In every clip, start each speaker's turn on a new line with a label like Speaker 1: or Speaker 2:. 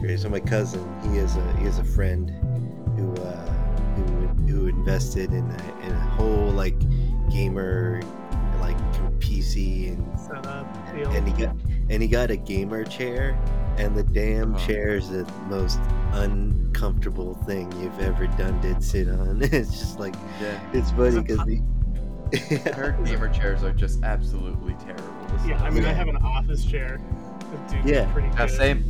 Speaker 1: great. So my cousin, he is a he is a friend who uh, who who invested in a, in a whole like gamer like PC and
Speaker 2: Setup, deal.
Speaker 1: and he got and he got a gamer chair and the damn
Speaker 3: Uh-huh.
Speaker 1: chair is the most uncomfortable thing you've ever done did sit on. it's just like
Speaker 3: Yeah.
Speaker 1: it's funny
Speaker 2: It's a
Speaker 1: because the
Speaker 3: Her gamer chairs are just absolutely terrible. to
Speaker 2: yeah,
Speaker 3: sit
Speaker 2: I mean, I
Speaker 1: Yeah.
Speaker 2: have an office chair. That dude's
Speaker 1: Yeah.
Speaker 2: pretty
Speaker 3: Yeah,
Speaker 2: good.
Speaker 3: same.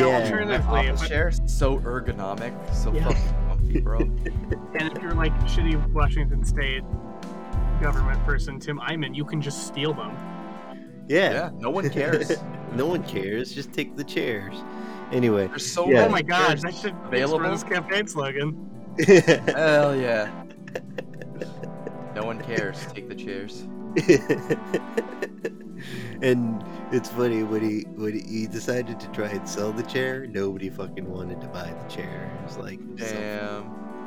Speaker 1: Yeah.
Speaker 3: My
Speaker 2: alternatively, if
Speaker 3: office
Speaker 2: I-
Speaker 3: chair so ergonomic, so
Speaker 2: Yeah.
Speaker 3: fucking comfy, bro.
Speaker 2: and if you're like shitty Washington State government person, Tim Iman, you can just steal them. Oh
Speaker 1: yeah,
Speaker 3: yeah, no one cares.
Speaker 1: no one cares. Just take the chairs. Anyway,
Speaker 3: There's so
Speaker 1: Yeah.
Speaker 2: Oh my
Speaker 3: many
Speaker 2: gosh,
Speaker 3: chairs
Speaker 2: that should that's
Speaker 3: available.
Speaker 2: for this campaign slogan.
Speaker 3: Hell yeah. No one cares. Take the chairs.
Speaker 1: and it's funny when he when he decided to try and sell the chair, nobody fucking wanted to buy the chair. It was like it was, so-
Speaker 3: Damn.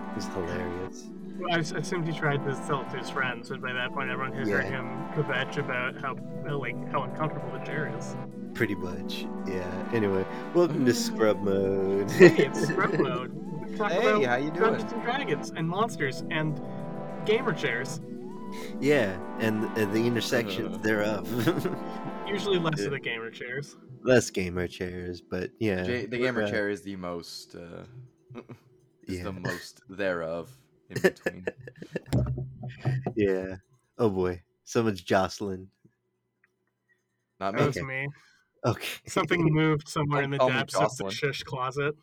Speaker 1: it was hilarious.
Speaker 2: Well, I s- assumed he tried to sell it to his friends, but by that point, everyone had heard
Speaker 1: Yeah.
Speaker 2: him kvetch about how, how like how uncomfortable the chair is.
Speaker 1: Pretty much. Yeah. Anyway, welcome
Speaker 3: Mm.
Speaker 1: to Scrub Mode.
Speaker 2: Hey, it's scrub mode. Talk
Speaker 3: Hey,
Speaker 2: about
Speaker 3: how you doing?
Speaker 2: Dungeons and Dragons and monsters and gamer chairs.
Speaker 1: yeah, and, and the intersections
Speaker 3: Uh.
Speaker 1: thereof.
Speaker 2: Usually less
Speaker 1: Yeah.
Speaker 2: of the gamer chairs.
Speaker 1: Less gamer chairs, but yeah.
Speaker 3: J- the
Speaker 1: we're,
Speaker 3: gamer
Speaker 1: uh,
Speaker 3: chair is the most uh, is
Speaker 1: Yeah.
Speaker 3: the most thereof in between.
Speaker 1: Yeah. Oh boy, someone's jostling.
Speaker 3: Not me.
Speaker 2: That was
Speaker 1: Okay.
Speaker 2: me.
Speaker 1: Okay.
Speaker 2: Something moved somewhere
Speaker 3: Don't
Speaker 2: in the
Speaker 3: call me
Speaker 2: depths of the
Speaker 3: Jocelyn.
Speaker 2: shush closet.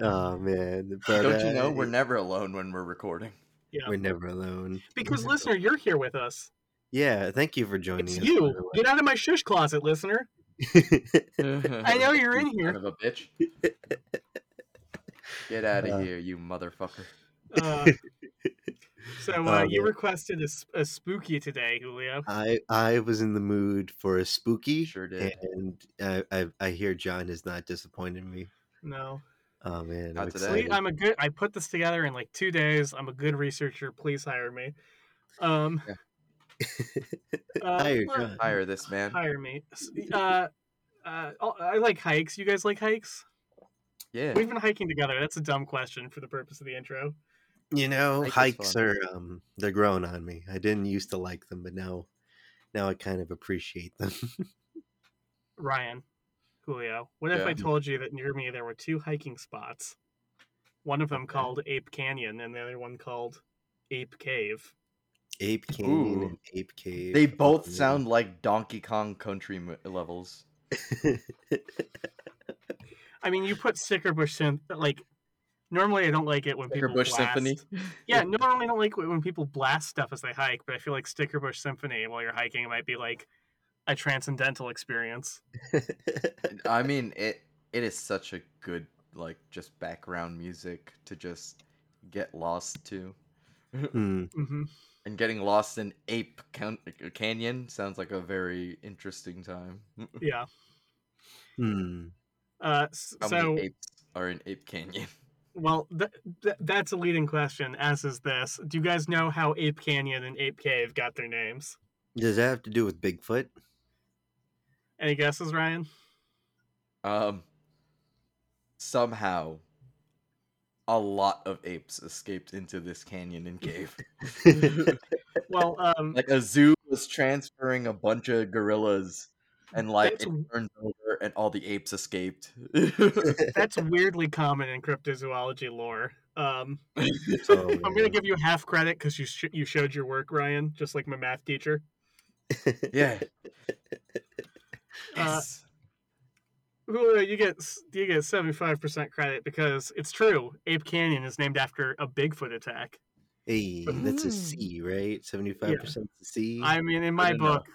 Speaker 1: Oh man. But,
Speaker 3: Don't you
Speaker 1: uh,
Speaker 3: know we're never alone when we're recording?
Speaker 2: Yeah.
Speaker 1: we're never alone.
Speaker 3: Mm-hmm.
Speaker 2: Because listener, you're here with us.
Speaker 1: Yeah, thank you for joining
Speaker 2: It's
Speaker 1: us.
Speaker 2: you. Get out of my shush closet, listener. I
Speaker 3: I
Speaker 2: know you're in
Speaker 3: Son
Speaker 2: here.
Speaker 3: of a bitch. Get out of
Speaker 1: Uh,
Speaker 3: here, you motherfucker.
Speaker 2: Uh, so uh,
Speaker 1: Oh,
Speaker 2: you
Speaker 1: man.
Speaker 2: requested a, s- a spooky today, Julio.
Speaker 1: I I was in the mood for a spooky,
Speaker 3: You sure did.
Speaker 1: and I, I I hear John has not disappointed me.
Speaker 2: No,
Speaker 1: Oh man, I'm
Speaker 3: Not today.
Speaker 2: Please-
Speaker 1: excited.
Speaker 2: I'm a good. I put this together in like two days. I'm a good researcher. Please hire me. Um, uh,
Speaker 1: Hire
Speaker 2: or-
Speaker 1: John.
Speaker 3: Hire this man.
Speaker 2: hire me. S- Uh, uh, oh, I like hikes. You guys like hikes?
Speaker 3: Yeah.
Speaker 2: We've been hiking together. That's a dumb question for the purpose of the intro.
Speaker 1: You know,
Speaker 3: Hike is
Speaker 1: hikes
Speaker 3: fun.
Speaker 1: are um they're growing on me. I didn't used to like them, but now now I kind of appreciate them.
Speaker 2: Ryan, Julio, what if
Speaker 3: Yeah.
Speaker 2: I told you that near me there were two hiking spots? One of them called Ape Canyon, and the other one called Ape Cave.
Speaker 1: Ape Canyon
Speaker 3: Ooh.
Speaker 1: and Ape Cave.
Speaker 3: They
Speaker 1: oh,
Speaker 3: both
Speaker 1: man.
Speaker 3: sound like Donkey Kong Country mo- levels.
Speaker 2: I mean, you put Sickerbush Sym- like. Normally, I don't like it when people
Speaker 3: Bush
Speaker 2: blast.
Speaker 3: Symphony.
Speaker 2: Yeah, normally I don't like it when people blast stuff as they hike, but I feel like Stickerbush Symphony while you're hiking might be like a transcendental experience.
Speaker 3: I mean, it it is such a good like just background music to just get lost to.
Speaker 1: Hmm,
Speaker 2: hmm
Speaker 3: And getting lost in Ape Can- Canyon sounds like a very interesting time.
Speaker 2: Yeah.
Speaker 1: hmm.
Speaker 2: Uh, s-
Speaker 3: How
Speaker 2: so,
Speaker 3: many apes are in Ape Canyon?
Speaker 2: well, th- th- that's a leading question, as is this. Do you guys know how Ape Canyon and Ape Cave got their names?
Speaker 1: Does that have to do with Bigfoot?
Speaker 2: Any guesses, Ryan?
Speaker 3: Um, somehow, a lot of apes escaped into this canyon and cave.
Speaker 2: Well, um,
Speaker 3: like a zoo was transferring a bunch of gorillas, and like
Speaker 2: That's
Speaker 3: it
Speaker 2: w-
Speaker 3: turned over, and all the apes escaped.
Speaker 2: that's weirdly common in cryptozoology lore. Um,
Speaker 1: Oh,
Speaker 2: I'm going to give you half credit because you, sh- you showed your work, Ryan, just like my math teacher.
Speaker 3: yeah.
Speaker 2: Uh,
Speaker 3: Yes.
Speaker 2: Julio, you get s- you get seventy five percent credit because it's true. Ape Canyon is named after a Bigfoot attack.
Speaker 1: Hey, that's a
Speaker 3: Mm.
Speaker 1: C, right? Seventy-five percent C.
Speaker 2: I mean, in my
Speaker 3: enough.
Speaker 2: book,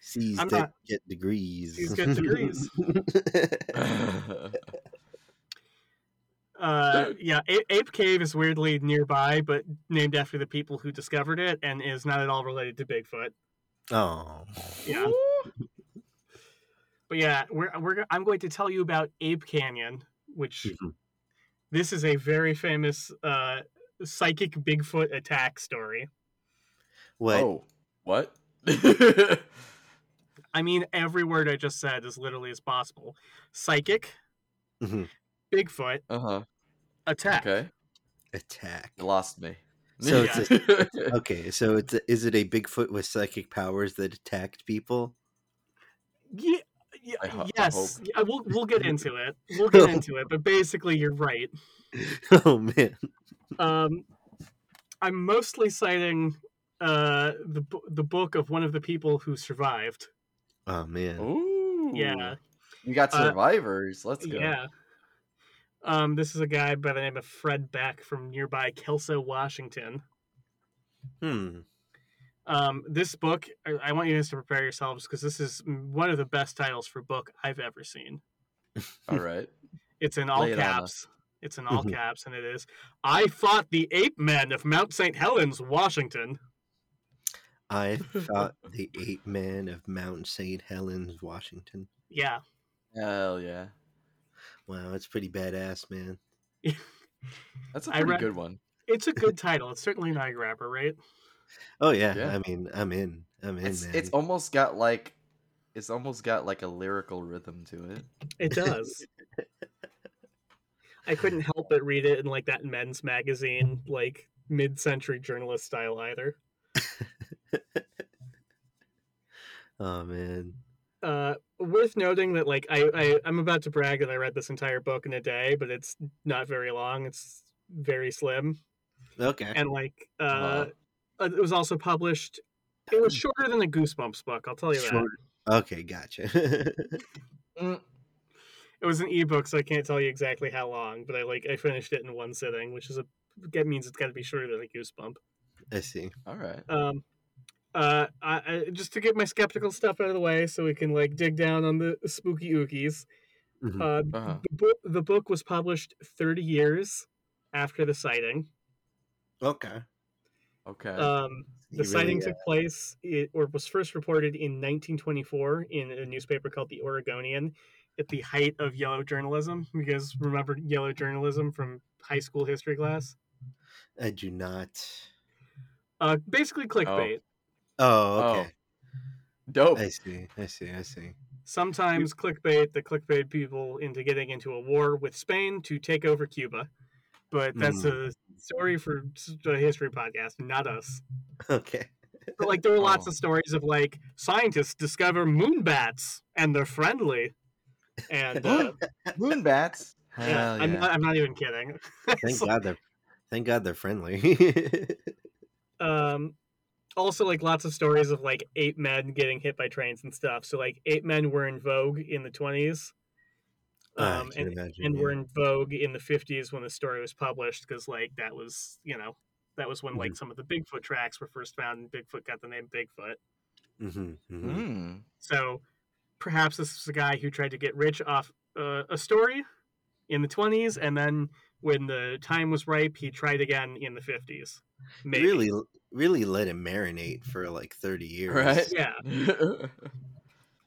Speaker 1: C's
Speaker 2: I'm
Speaker 1: that
Speaker 2: not-
Speaker 1: get degrees.
Speaker 2: C's get degrees. uh,
Speaker 3: Dude.
Speaker 2: yeah, a- Ape Cave is weirdly nearby, but named after the people who discovered it, and is not at all related to Bigfoot.
Speaker 1: oh.
Speaker 2: Yeah. But yeah, we're we're go- I'm going to tell you about Ape Canyon, which
Speaker 3: Mm-hmm.
Speaker 1: Mhm.
Speaker 2: this is a very famous uh, psychic Bigfoot attack story.
Speaker 1: What?
Speaker 3: oh, what?
Speaker 2: I mean every word I just said as literally as possible. Psychic,
Speaker 1: Mhm.
Speaker 2: Bigfoot,
Speaker 3: Uh huh.
Speaker 2: attack.
Speaker 3: Mm-hmm. Okay.
Speaker 1: Attack.
Speaker 3: You lost me.
Speaker 1: So
Speaker 2: it's
Speaker 1: Okay, so it's a, is it a Bigfoot with psychic powers that attacked people?
Speaker 2: Yeah, yeah,
Speaker 3: I ho- I
Speaker 2: yes.
Speaker 3: hope.
Speaker 2: Yeah, we'll we'll get into it. We'll get into it. But basically, you're right.
Speaker 1: oh man.
Speaker 2: Um, I'm mostly citing uh the bo- the book of one of the people who survived.
Speaker 1: Oh man.
Speaker 3: Ooh.
Speaker 2: Yeah,
Speaker 3: You got
Speaker 2: Uh,
Speaker 3: survivors. Let's go.
Speaker 2: yeah. Um, this is a guy by the name of Fred Beck from nearby Kelso, Washington.
Speaker 1: Hmm.
Speaker 2: Um, this book, I, I want you guys to prepare yourselves because this is m- one of the best titles for book I've ever seen.
Speaker 3: All right.
Speaker 2: It's in all
Speaker 3: Lay it on us.
Speaker 2: caps. It's in all
Speaker 1: Mhm.
Speaker 2: caps, and it is. I fought the ape men of Mount St. Helens, Washington.
Speaker 1: I thought the ape man of Mount St. Helens, Washington.
Speaker 2: Yeah,
Speaker 3: Hell yeah.
Speaker 1: Wow, it's pretty badass, man.
Speaker 3: That's a
Speaker 2: I
Speaker 3: pretty
Speaker 2: read-
Speaker 3: good one.
Speaker 2: it's a good title. It's certainly an eye grabber, right?
Speaker 1: Oh yeah,
Speaker 3: Yeah.
Speaker 1: I mean, I'm in. I'm in,
Speaker 3: It's
Speaker 1: man.
Speaker 3: it's almost got like it's almost got like a lyrical rhythm to it.
Speaker 2: It does. I couldn't help but read it in like that men's magazine, like mid-century journalist style either.
Speaker 1: oh man.
Speaker 2: Uh, worth noting that like I, I I'm about to brag that I read this entire book in a day, but it's not very long. It's very slim,
Speaker 1: Okay.
Speaker 2: and like uh,
Speaker 3: Wow.
Speaker 2: uh, it was also published. It was shorter than the Goosebumps book. I'll tell you that.
Speaker 1: Short- Okay, gotcha.
Speaker 3: Mm,
Speaker 2: It was an ebook, so I can't tell you exactly how long, but I like I finished it in one sitting, which is a that means it's got to be shorter than a Goosebump.
Speaker 1: I see.
Speaker 3: all right.
Speaker 2: um uh I, I, just to get my skeptical stuff out of the way so we can like dig down on the spooky ookies
Speaker 1: Mhm.
Speaker 2: uh
Speaker 3: Uh-huh.
Speaker 2: the, book, the book was published 30 years after the sighting
Speaker 1: Okay.
Speaker 3: Okay.
Speaker 2: um the
Speaker 1: You
Speaker 2: sighting
Speaker 1: really, uh,
Speaker 2: took place it, or was first reported in 1924 in a newspaper called the oregonian at the height of yellow journalism you guys remember yellow journalism from high school history class
Speaker 1: I do not.
Speaker 2: uh basically clickbait
Speaker 1: Oh, okay.
Speaker 2: Oh.
Speaker 3: Dope.
Speaker 1: I see. I see. I see.
Speaker 2: sometimes clickbait that clickbait people into getting into a war with Spain to take over Cuba. But that's a story for s- a history podcast, not us.
Speaker 1: Okay.
Speaker 2: But like, there were lots
Speaker 3: Oh.
Speaker 2: of stories of like scientists discover moon bats and they're friendly. And uh,
Speaker 3: Moon bats.
Speaker 2: yeah,
Speaker 3: Hell yeah.
Speaker 2: I'm, not, I'm not even kidding.
Speaker 1: Thank
Speaker 2: It's like-
Speaker 1: God they're. Thank God they're friendly.
Speaker 2: um, also, like lots of stories of like ape men getting hit by trains and stuff. So like, ape men were in vogue in the 20s.
Speaker 1: Ah, I
Speaker 2: Um,
Speaker 1: can
Speaker 2: and
Speaker 1: imagine,
Speaker 2: and were
Speaker 1: yeah.
Speaker 2: in vogue in the 50s when the story was published because like that was you know that was when like some of the bigfoot tracks were first found and bigfoot got the name bigfoot
Speaker 1: Mhm, mhm.
Speaker 2: Mm-hmm.
Speaker 3: Mm.
Speaker 2: so perhaps this was a guy who tried to get rich off uh, a story in the 20s and then when the time was ripe he tried again in the 50s maybe
Speaker 1: Really, really let it marinate for like thirty years.
Speaker 3: Right.
Speaker 2: yeah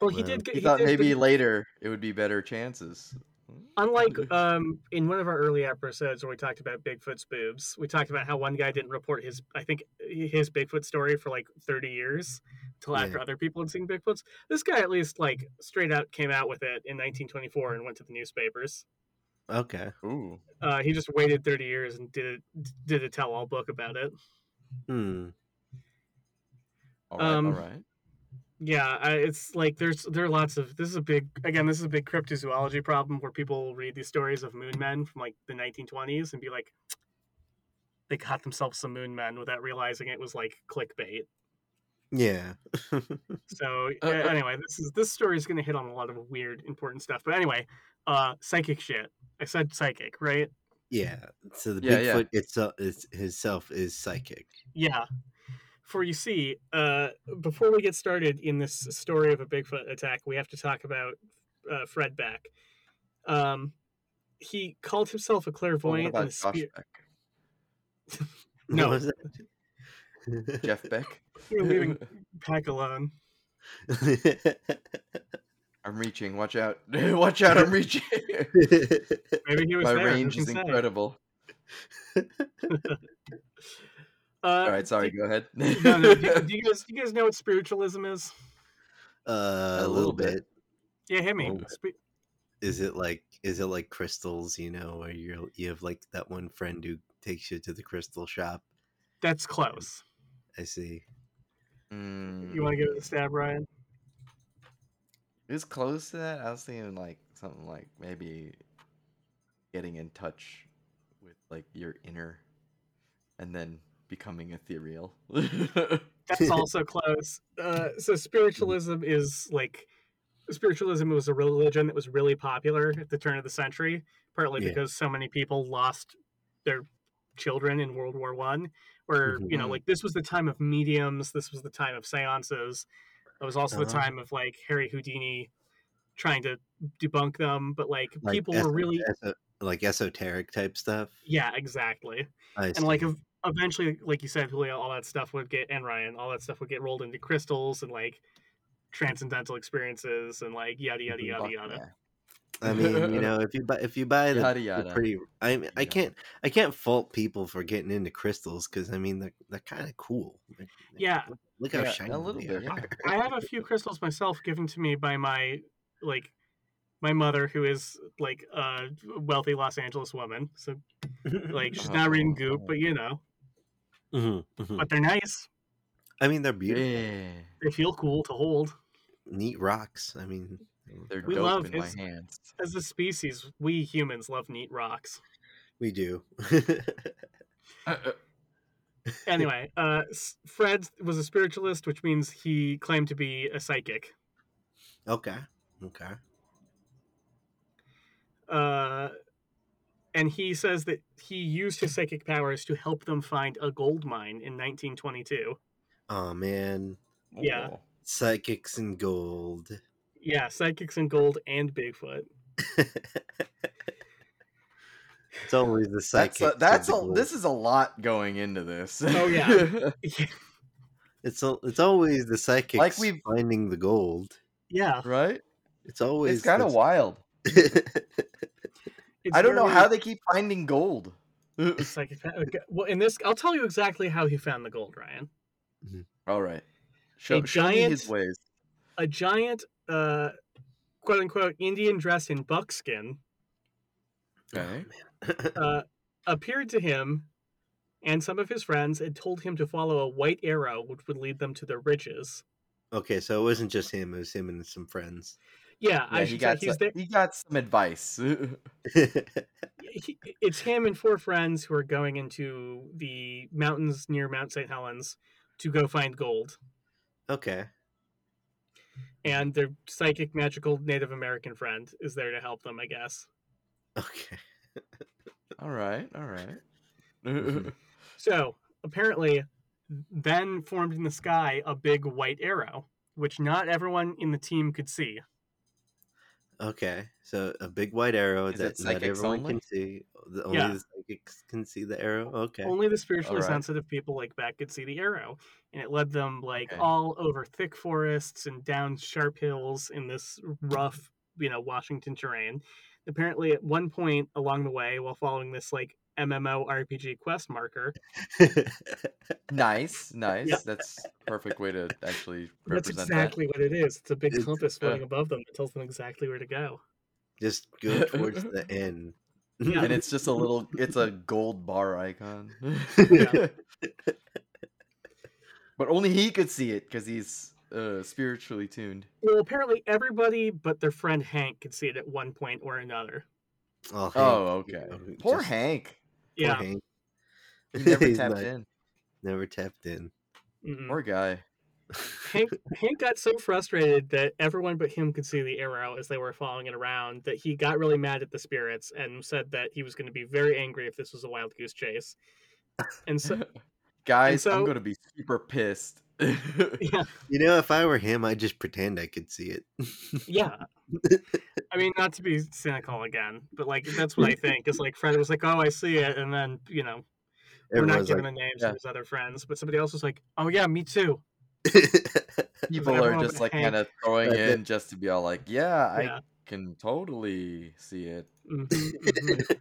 Speaker 2: well he did get he
Speaker 3: he Mm. thought
Speaker 2: did
Speaker 3: maybe
Speaker 2: get-
Speaker 3: later it would be better chances. Mm. Mm-hmm.
Speaker 2: Unlike um, in one of our early episodes where we talked about Bigfoot's boobs, we talked about how one guy didn't report his, I think, his Bigfoot story for like 30 years until after
Speaker 1: Yeah.
Speaker 2: other people had seen Bigfoots. This guy at least like straight out came out with it in 1924 and went to the newspapers.
Speaker 1: Okay.
Speaker 3: Ooh.
Speaker 2: Uh, he just waited 30 years and did a, did a tell all book about it.
Speaker 1: Hmm.
Speaker 3: All right.
Speaker 2: Um,
Speaker 3: all right.
Speaker 2: Yeah, I, it's like there's there are lots of this is a big again this is a big cryptozoology problem where people read these stories of moon men from like the 1920s and be like they got themselves some moon men without realizing it was like clickbait.
Speaker 1: Yeah.
Speaker 2: So
Speaker 3: Uh,
Speaker 2: uh,
Speaker 3: uh.
Speaker 2: anyway, this is this story is going to hit on a lot of weird important stuff. But anyway, uh psychic shit. I said psychic, right?
Speaker 1: yeah. So the
Speaker 3: Yeah, yeah.
Speaker 1: Bigfoot itself is himself is psychic.
Speaker 2: Yeah. For you see, uh, before we get started in this story of a Bigfoot attack, we have to talk about uh, Fred Beck. Um, he called himself a
Speaker 3: Well, Oh, what
Speaker 2: clairvoyant and
Speaker 3: about
Speaker 2: a
Speaker 3: Josh
Speaker 2: spirit.
Speaker 3: Beck?
Speaker 1: What
Speaker 2: No.
Speaker 1: was that?
Speaker 3: Jeff Beck.
Speaker 2: You're leaving Beck alone.
Speaker 3: I'm reaching. Watch out. Watch out. I'm reaching.
Speaker 2: Maybe he was
Speaker 3: My
Speaker 2: there.
Speaker 3: range
Speaker 2: who
Speaker 3: is
Speaker 2: can say?
Speaker 3: incredible.
Speaker 2: Uh,
Speaker 3: All right. Sorry.
Speaker 2: do-
Speaker 3: Go ahead.
Speaker 2: Uh, no, no, do, do you guys do you guys know what spiritualism is?
Speaker 1: Uh, a,
Speaker 3: A
Speaker 1: little,
Speaker 3: little
Speaker 1: bit.
Speaker 3: bit.
Speaker 2: Yeah, hit me.
Speaker 1: Oh, but-
Speaker 2: Spe-
Speaker 1: Is it like is it like crystals? You know, where you you have like that one friend who takes you to the crystal shop.
Speaker 2: That's close.
Speaker 1: I see.
Speaker 3: Hmm. Mm.
Speaker 2: You want to give it a stab, Ryan?
Speaker 3: It was close to that. I was thinking like something like maybe getting in touch with like your inner and then becoming ethereal.
Speaker 2: That's also close. Uh, so spiritualism is like spiritualism was a religion that was really popular at the turn of the century, partly
Speaker 1: Yeah.
Speaker 2: because so many people lost their children in World War One, or
Speaker 1: Mm-hmm.
Speaker 2: you know,
Speaker 3: Mhm.
Speaker 2: like this was the time of mediums. This was the time of seances. It was also the
Speaker 1: Uh-huh.
Speaker 2: time of like Harry Houdini trying to debunk them, but like,
Speaker 1: Like
Speaker 2: people
Speaker 1: es-
Speaker 2: were really
Speaker 1: eso- like esoteric type stuff.
Speaker 2: yeah, exactly.
Speaker 1: I
Speaker 2: and like
Speaker 1: see.
Speaker 2: ev- eventually like you said julio all that stuff would get and ryan all that stuff would get rolled into crystals and like transcendental experiences and like yada yada
Speaker 1: Mhm.
Speaker 2: yada
Speaker 3: Fuck
Speaker 2: yada
Speaker 3: yeah.
Speaker 1: I mean, you know, if you buy if you buy the
Speaker 3: Yada
Speaker 1: the
Speaker 3: yada.
Speaker 1: pretty, I mean, I
Speaker 3: Yada.
Speaker 1: can't I can't fault people for getting into crystals because I mean they're they're kind of cool. Like, like,
Speaker 2: Yeah.
Speaker 1: look, look how
Speaker 3: Yeah, a
Speaker 1: shiny
Speaker 3: little
Speaker 1: they
Speaker 3: bit,
Speaker 1: are.
Speaker 3: yeah.
Speaker 2: i have a few crystals myself given to me by my like my mother who is like a wealthy los angeles woman so like she's not
Speaker 1: Oh.
Speaker 2: reading goop but you know
Speaker 1: Mhm, mhm.
Speaker 2: but they're nice
Speaker 1: I mean, they're beautiful,
Speaker 3: Yeah.
Speaker 2: they feel cool to hold
Speaker 1: neat rocks. I mean,
Speaker 3: They're
Speaker 2: We
Speaker 3: dope
Speaker 2: love
Speaker 3: in
Speaker 2: his-
Speaker 3: my hands.
Speaker 2: as a species we humans love neat rocks
Speaker 1: we do.
Speaker 2: anyway, uh, s- Fred was a spiritualist, which means he claimed to be a psychic.
Speaker 1: okay, okay.
Speaker 2: Uh, and he says that he used his psychic powers to help them find a gold mine in 1922.
Speaker 1: Oh man,
Speaker 2: Yeah.
Speaker 3: Oh,
Speaker 1: psychics and gold.
Speaker 2: Yeah, psychics and gold and Bigfoot.
Speaker 1: It's always the
Speaker 3: That's
Speaker 1: psychics.
Speaker 3: a,
Speaker 1: and
Speaker 3: that's
Speaker 1: the
Speaker 3: a,
Speaker 1: gold.
Speaker 3: this is a lot going into this.
Speaker 2: Oh, yeah.
Speaker 1: It's al- it's always the psychics like we
Speaker 3: we've-
Speaker 1: finding the gold.
Speaker 2: yeah,
Speaker 3: right?
Speaker 1: It's always
Speaker 3: It's kind of
Speaker 1: the-
Speaker 3: wild. I don't know
Speaker 2: very
Speaker 3: how they keep finding gold.
Speaker 2: Psychic. pa- okay, Well, in this, I'll tell you exactly how he found the gold, Ryan.
Speaker 3: All right. Show,
Speaker 2: A
Speaker 3: show me his
Speaker 2: giant-
Speaker 3: ways.
Speaker 2: A giant, uh, quote unquote, Indian dressed in buckskin
Speaker 3: Okay.
Speaker 2: uh, appeared to him and some of his friends and told him to follow a white arrow which would lead them to the ridges
Speaker 1: okay, so it wasn't just him; it was him and some friends.
Speaker 2: yeah,
Speaker 3: Yeah,
Speaker 2: i
Speaker 3: he
Speaker 2: should say
Speaker 3: got
Speaker 2: he's
Speaker 3: some,
Speaker 2: there
Speaker 3: he got some advice.
Speaker 2: he, it's him and four friends who are going into the mountains near mount st helens to go find gold
Speaker 1: okay,
Speaker 2: and their psychic magical native american friend is there to help them i guess
Speaker 1: okay.
Speaker 3: all right, all right. Mm-hmm.
Speaker 1: Mhm.
Speaker 2: so apparently then formed in the sky a big white arrow which not everyone in the team could see
Speaker 1: Okay, so a big white arrow
Speaker 3: Is
Speaker 1: that
Speaker 3: it
Speaker 1: not
Speaker 3: psychics
Speaker 1: everyone
Speaker 3: only?
Speaker 1: can see. The, only
Speaker 2: Yeah.
Speaker 1: the psychics can see the arrow. Okay,
Speaker 2: Only the spiritually
Speaker 3: Alright.
Speaker 2: sensitive people like Beck could see the arrow, and it led them like
Speaker 3: Okay.
Speaker 2: all over thick forests and down sharp hills in this rough, you know, Washington terrain. Apparently, at one point along the way, while following this like MMO RPG quest marker,
Speaker 3: Nice, nice.
Speaker 2: Yeah.
Speaker 3: That's a perfect way to actually
Speaker 2: that's
Speaker 3: represent
Speaker 2: exactly what it is. It's a big
Speaker 1: It's-
Speaker 2: compass
Speaker 3: yeah.
Speaker 2: floating above them that tells them exactly where to go.
Speaker 1: just go towards the end.
Speaker 2: Yeah.
Speaker 3: that. And it's just a little it's a gold bar icon.
Speaker 2: Yeah.
Speaker 3: but only he could see it cuz he's uh, spiritually tuned.
Speaker 2: Well, apparently everybody but their friend Hank could see it at one point or another.
Speaker 1: Oh, Hank,
Speaker 3: Oh,
Speaker 1: you
Speaker 3: okay.
Speaker 1: know,
Speaker 3: Poor
Speaker 1: just-
Speaker 3: Hank.
Speaker 1: poor
Speaker 2: Yeah.
Speaker 1: Hank.
Speaker 3: He never
Speaker 1: He's
Speaker 3: tapped
Speaker 1: not-
Speaker 3: in.
Speaker 1: Never tapped in.
Speaker 2: Mhm.
Speaker 3: Poor guy.
Speaker 2: Hank, Hank got so frustrated that everyone but him could see the arrow as they were following it around that he got really mad at the spirits and said that he was going to be very angry if this was a wild goose chase. And so,
Speaker 3: Guys,
Speaker 2: so-
Speaker 3: I'm going to be super pissed.
Speaker 2: yeah,
Speaker 1: You know, if I were him, I'd just pretend I could see it.
Speaker 2: yeah. I mean, not to be cynical again, but like that's what I think. Is like Fred was like, "Oh, I see it," and then you know we're not
Speaker 1: Everyone's
Speaker 2: giving the names
Speaker 3: yeah.
Speaker 2: of his other friends, but somebody else was like, "Oh yeah, me too."
Speaker 1: like,
Speaker 3: People
Speaker 2: everyone
Speaker 3: are
Speaker 2: but
Speaker 3: just like
Speaker 2: Hank.
Speaker 3: kind of throwing
Speaker 1: That's it.
Speaker 3: in just to be all like, yeah, I
Speaker 2: Yeah.
Speaker 3: can totally see it.
Speaker 2: Mhm, mhm.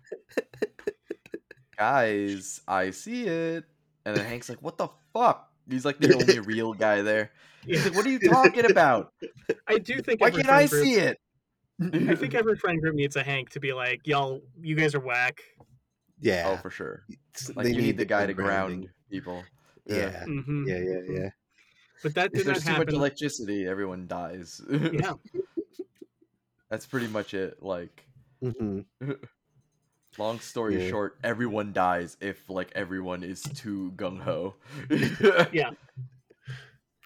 Speaker 3: Guys, I see it. And then Hank's like, what the fuck? He's like the only real guy there. He's
Speaker 2: yeah.
Speaker 3: like, what are you talking about?
Speaker 2: I do think.
Speaker 3: Why
Speaker 2: every
Speaker 3: can't I
Speaker 2: friend group-
Speaker 3: see it?
Speaker 2: I think every friend group needs a Hank to be like, y'all, you guys are whack.
Speaker 1: Yeah.
Speaker 3: Oh, for sure.
Speaker 1: It's-
Speaker 3: Like
Speaker 1: they
Speaker 3: you need the guy to
Speaker 1: good
Speaker 3: ground
Speaker 1: grounding.
Speaker 3: people.
Speaker 1: Yeah.
Speaker 2: hmm
Speaker 1: Yeah. Yeah. Yeah.
Speaker 2: But that
Speaker 3: If
Speaker 2: did not
Speaker 3: there's too much
Speaker 2: happen.
Speaker 3: electricity, everyone dies.
Speaker 2: yeah,
Speaker 3: That's pretty much it. Like,
Speaker 1: hmm
Speaker 3: long story
Speaker 1: Yeah.
Speaker 3: short, everyone dies if like everyone is too gung ho.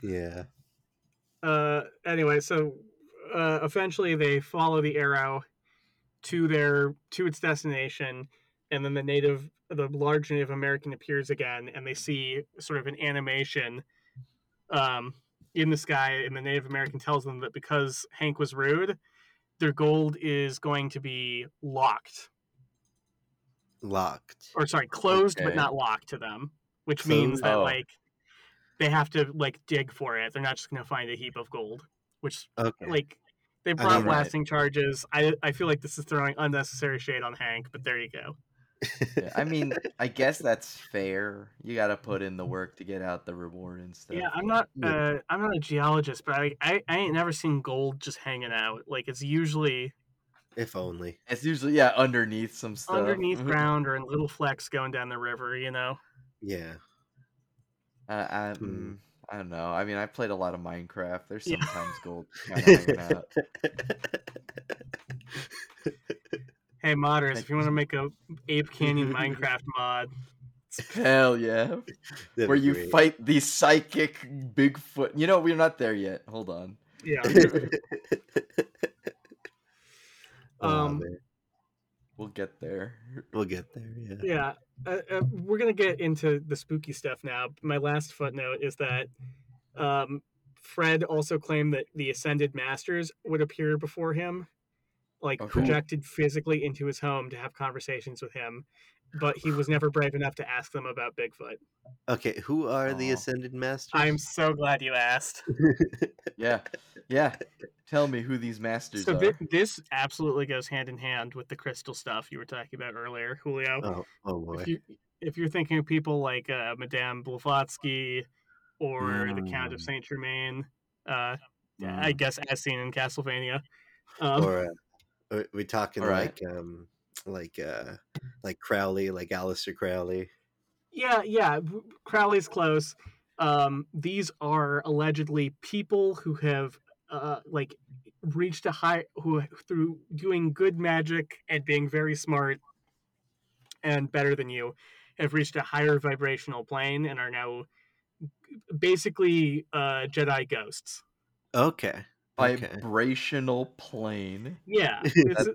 Speaker 1: Yeah.
Speaker 2: uh anyway so uh eventually they follow the arrow to their to its destination and then the native the large native american appears again and they see sort of an animation um in the sky and the native american tells them that because hank was rude their gold is going to be locked
Speaker 1: Locked.
Speaker 2: or sorry closed but
Speaker 3: Okay.
Speaker 2: not locked to them which means
Speaker 1: Closed?
Speaker 2: that
Speaker 3: Oh.
Speaker 2: like they have to like dig for it they're not just going to find a heap of gold which
Speaker 1: Okay.
Speaker 2: like they
Speaker 1: mean,
Speaker 2: brought
Speaker 3: right.
Speaker 2: lasting charges. I I feel like this is throwing unnecessary shade on Hank, but there you go.
Speaker 3: Yeah, I mean, I guess that's fair. You got to put in the work to get out the reward and stuff.
Speaker 2: yeah, I'm
Speaker 3: but-
Speaker 2: not
Speaker 1: yeah.
Speaker 2: uh, I'm not a geologist, but I, I I ain't never seen gold just hanging out. Like it's usually
Speaker 1: if only.
Speaker 3: It's usually yeah underneath some stuff. Mm-hmm.
Speaker 2: underneath ground or in little flecks going down the river. You know.
Speaker 1: Yeah.
Speaker 3: Uh, I,
Speaker 1: Hmm.
Speaker 3: mm, I don't know. I mean, I played a lot of Minecraft. There's
Speaker 2: Yeah.
Speaker 3: sometimes gold kind of hanging out.
Speaker 2: Hey modders,
Speaker 3: Like-
Speaker 2: if you want to make a Ape Canyon Minecraft mod,
Speaker 3: Hell yeah!
Speaker 1: That'd
Speaker 3: Where
Speaker 1: be
Speaker 3: you
Speaker 1: great.
Speaker 3: fight the psychic Bigfoot. You know, we're not there yet. Hold on.
Speaker 2: yeah.
Speaker 1: Aw,
Speaker 2: Um,
Speaker 1: Oh, man,
Speaker 3: We'll get there.
Speaker 1: we'll get there. Yeah.
Speaker 2: yeah uh, uh, we're gonna get into the spooky stuff now my last footnote is that um, fred also claimed that the ascended masters would appear before him like
Speaker 3: Okay.
Speaker 2: projected physically into his home to have conversations with him but he was never brave enough to ask them about bigfoot
Speaker 1: Okay. Who are the
Speaker 3: Aw.
Speaker 1: ascended masters?
Speaker 2: i'm so glad you asked
Speaker 3: Yeah, yeah. Tell me who these masters
Speaker 2: so
Speaker 3: are.
Speaker 2: thi- this absolutely goes hand in hand with the crystal stuff you were talking about earlier julio
Speaker 1: Oh, oh boy.
Speaker 2: if you if you're thinking of people like uh, Madame Blavatsky or the Count of
Speaker 3: Mm.
Speaker 2: Saint Germain, uh,
Speaker 3: Mm.
Speaker 2: I guess as seen in Castlevania. Um,
Speaker 1: or uh, are we talking
Speaker 3: Alright.
Speaker 1: like um like uh like Crowley, like Alistair Crowley.
Speaker 2: yeah, yeah, w- Crowley's close. Um, these are allegedly people who have uh, like reached a high who through doing good magic and being very smart and better than you have reached a higher vibrational plane and are now basically uh, Jedi ghosts.
Speaker 1: Okay. Okay.
Speaker 3: Vibrational plane.
Speaker 2: Yeah, it's,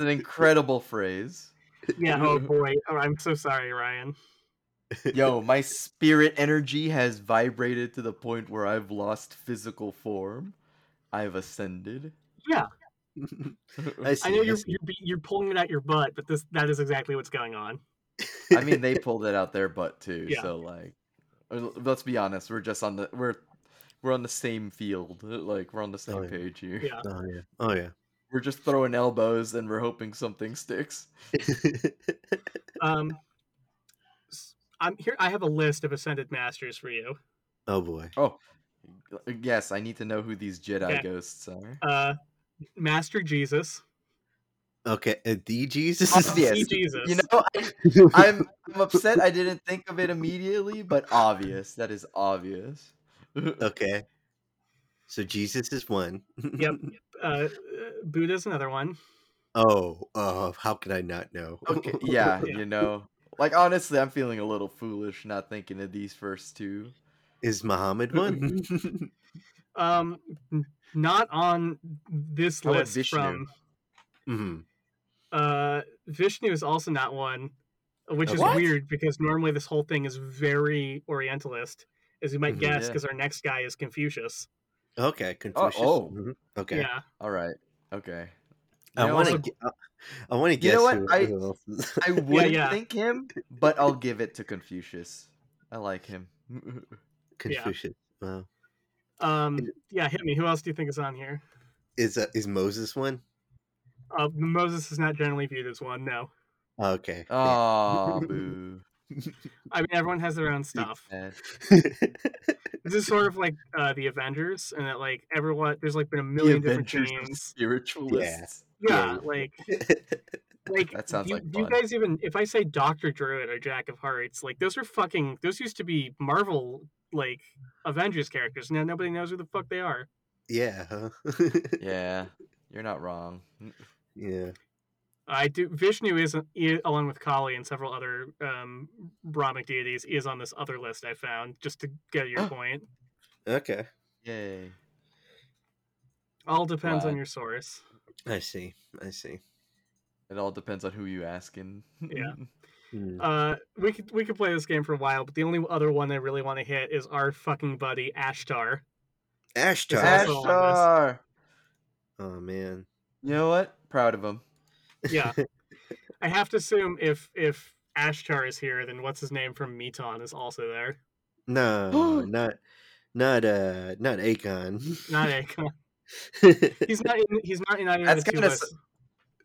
Speaker 3: an incredible phrase.
Speaker 2: yeah. Oh boy, oh, I'm so sorry, Ryan.
Speaker 3: Yo, my spirit energy has vibrated to the point where I've lost physical form. I've ascended.
Speaker 2: Yeah,
Speaker 1: I
Speaker 2: I
Speaker 1: see.
Speaker 2: know
Speaker 1: I
Speaker 2: you're
Speaker 1: see.
Speaker 2: you're, be- you're pulling it out your butt, but this that is exactly what's going on.
Speaker 3: I mean, they pulled it out their butt too.
Speaker 2: Yeah.
Speaker 3: So like, uh, l- let's be honest, we're just on the we're we're on the same field. uh, Like we're on the same
Speaker 1: yeah.
Speaker 3: page here.
Speaker 2: Yeah,
Speaker 1: Oh yeah. Oh yeah.
Speaker 3: We're just throwing elbows and we're hoping something sticks.
Speaker 2: um, s- I'm here. I have a list of ascended masters for you.
Speaker 1: oh boy.
Speaker 3: uh, Yes, I need to know who these Jedi
Speaker 2: Okay.
Speaker 3: ghosts are.
Speaker 2: Uh, Master Jesus,
Speaker 1: Okay. Uh, the Jesus.
Speaker 3: Obvious.
Speaker 2: See
Speaker 3: Yes,
Speaker 2: Jesus.
Speaker 3: You know, I, I'm I'm upset. I didn't think of it immediately, but obvious. That is obvious.
Speaker 1: okay. So Jesus is one.
Speaker 2: Yep. uh, Buddha's another one.
Speaker 1: oh, uh, how could I not know?
Speaker 3: Okay, yeah,
Speaker 2: Yeah.
Speaker 3: you know, like honestly, I'm feeling a little foolish not thinking of these first two.
Speaker 1: Is Muhammad one?
Speaker 2: Um, n- not on this
Speaker 3: How about
Speaker 2: list
Speaker 3: Vishnu?
Speaker 2: from
Speaker 1: Mhm.
Speaker 2: uh Vishnu is also not one, which
Speaker 1: A
Speaker 2: is
Speaker 3: what?
Speaker 2: weird because normally this whole thing is very orientalist, as you might
Speaker 1: Mhm.
Speaker 2: guess,
Speaker 3: Mm-hmm, Yeah.
Speaker 2: because our next guy is Confucius.
Speaker 1: Okay. Confucius.
Speaker 3: oh.
Speaker 1: Mhm. Okay.
Speaker 2: Yeah.
Speaker 3: All right, okay. You
Speaker 1: I
Speaker 3: know,
Speaker 1: want
Speaker 2: also-
Speaker 1: to. G- I- I want to
Speaker 3: You
Speaker 1: guess.
Speaker 3: know what?
Speaker 1: Who,
Speaker 3: I-
Speaker 1: who else is-
Speaker 3: I wouldn't
Speaker 2: yeah.
Speaker 3: think him, but I'll give it to Confucius. I like him.
Speaker 1: Confucius. Wow.
Speaker 2: Um yeah, hit me. Who else do you think is on here?
Speaker 1: Is uh, is Moses one?
Speaker 2: Uh, Moses is not generally viewed as one, no.
Speaker 1: Oh, okay.
Speaker 3: Oh, boo.
Speaker 2: I mean, everyone has their own stuff.
Speaker 3: Bad.
Speaker 2: This is sort of like uh, the Avengers, and that like everyone there's like been a million different
Speaker 3: Adventures of
Speaker 2: teams.
Speaker 3: Spiritualists.
Speaker 2: Yeah,
Speaker 1: Yeah.
Speaker 2: like like
Speaker 3: That sounds
Speaker 2: do,
Speaker 3: like
Speaker 2: do you
Speaker 3: fun.
Speaker 2: guys even if I say Doctor Druid or Jack of Hearts, like those are fucking those used to be Marvel like Avengers characters. Now nobody knows who the fuck they are.
Speaker 1: yeah, huh?
Speaker 3: Yeah, you're not wrong.
Speaker 1: yeah.
Speaker 2: I do. Vishnu is, i- along with Kali and several other um, Brahmic deities, is on this other list I found. Just to get your
Speaker 3: Oh.
Speaker 2: point,
Speaker 1: Okay,
Speaker 3: Yay.
Speaker 2: all depends on
Speaker 3: Wow.
Speaker 2: your source.
Speaker 1: I see. I see.
Speaker 3: It all depends on who you asking.
Speaker 2: Yeah.
Speaker 1: Hmm.
Speaker 2: Uh, we could we could play this game for a while, but the only other one I really want to hit is our fucking buddy Ashtar.
Speaker 1: Ashtar.
Speaker 2: also on this.
Speaker 3: Ashtar.
Speaker 1: oh man.
Speaker 3: You know what? Proud of him.
Speaker 2: Yeah, I have to assume if if Ashtar is here, then what's his name from Meton is also there.
Speaker 1: No, not not uh not Akon.
Speaker 2: Not Akon. He's not. In, he's not in either
Speaker 3: That's
Speaker 2: of the two
Speaker 3: kinda s-
Speaker 2: lists.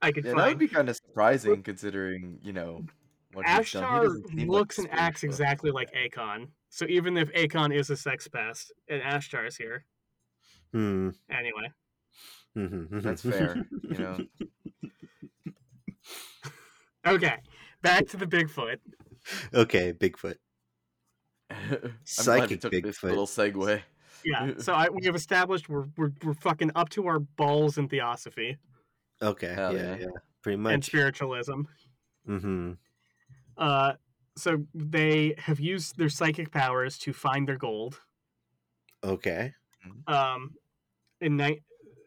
Speaker 2: I could
Speaker 3: Yeah, that
Speaker 2: find.
Speaker 3: would be kind of surprising considering, you know, what he's done. He
Speaker 2: Ashtar
Speaker 3: doesn't seem like
Speaker 2: looks
Speaker 3: a
Speaker 2: and acts
Speaker 3: spiritualist.
Speaker 2: exactly like Akon. So even if Akon is a sex pest and Ashtar is here,
Speaker 1: Hmm.
Speaker 2: anyway.
Speaker 3: That's fair. You know,
Speaker 2: Okay, back to the Bigfoot.
Speaker 1: Okay, Bigfoot.
Speaker 3: I'm glad we
Speaker 1: Psychic
Speaker 3: took this
Speaker 1: Bigfoot.
Speaker 3: little segue.
Speaker 2: Yeah. So I, we have established we're, we're we're fucking up to our balls in theosophy
Speaker 1: Okay, yeah,
Speaker 3: Hell
Speaker 1: yeah,
Speaker 3: yeah.
Speaker 1: pretty
Speaker 2: and
Speaker 1: much.
Speaker 2: spiritualism.
Speaker 1: Mm-hmm.
Speaker 2: Uh, so they have used their psychic powers to find their gold.
Speaker 1: Okay.
Speaker 2: um, in night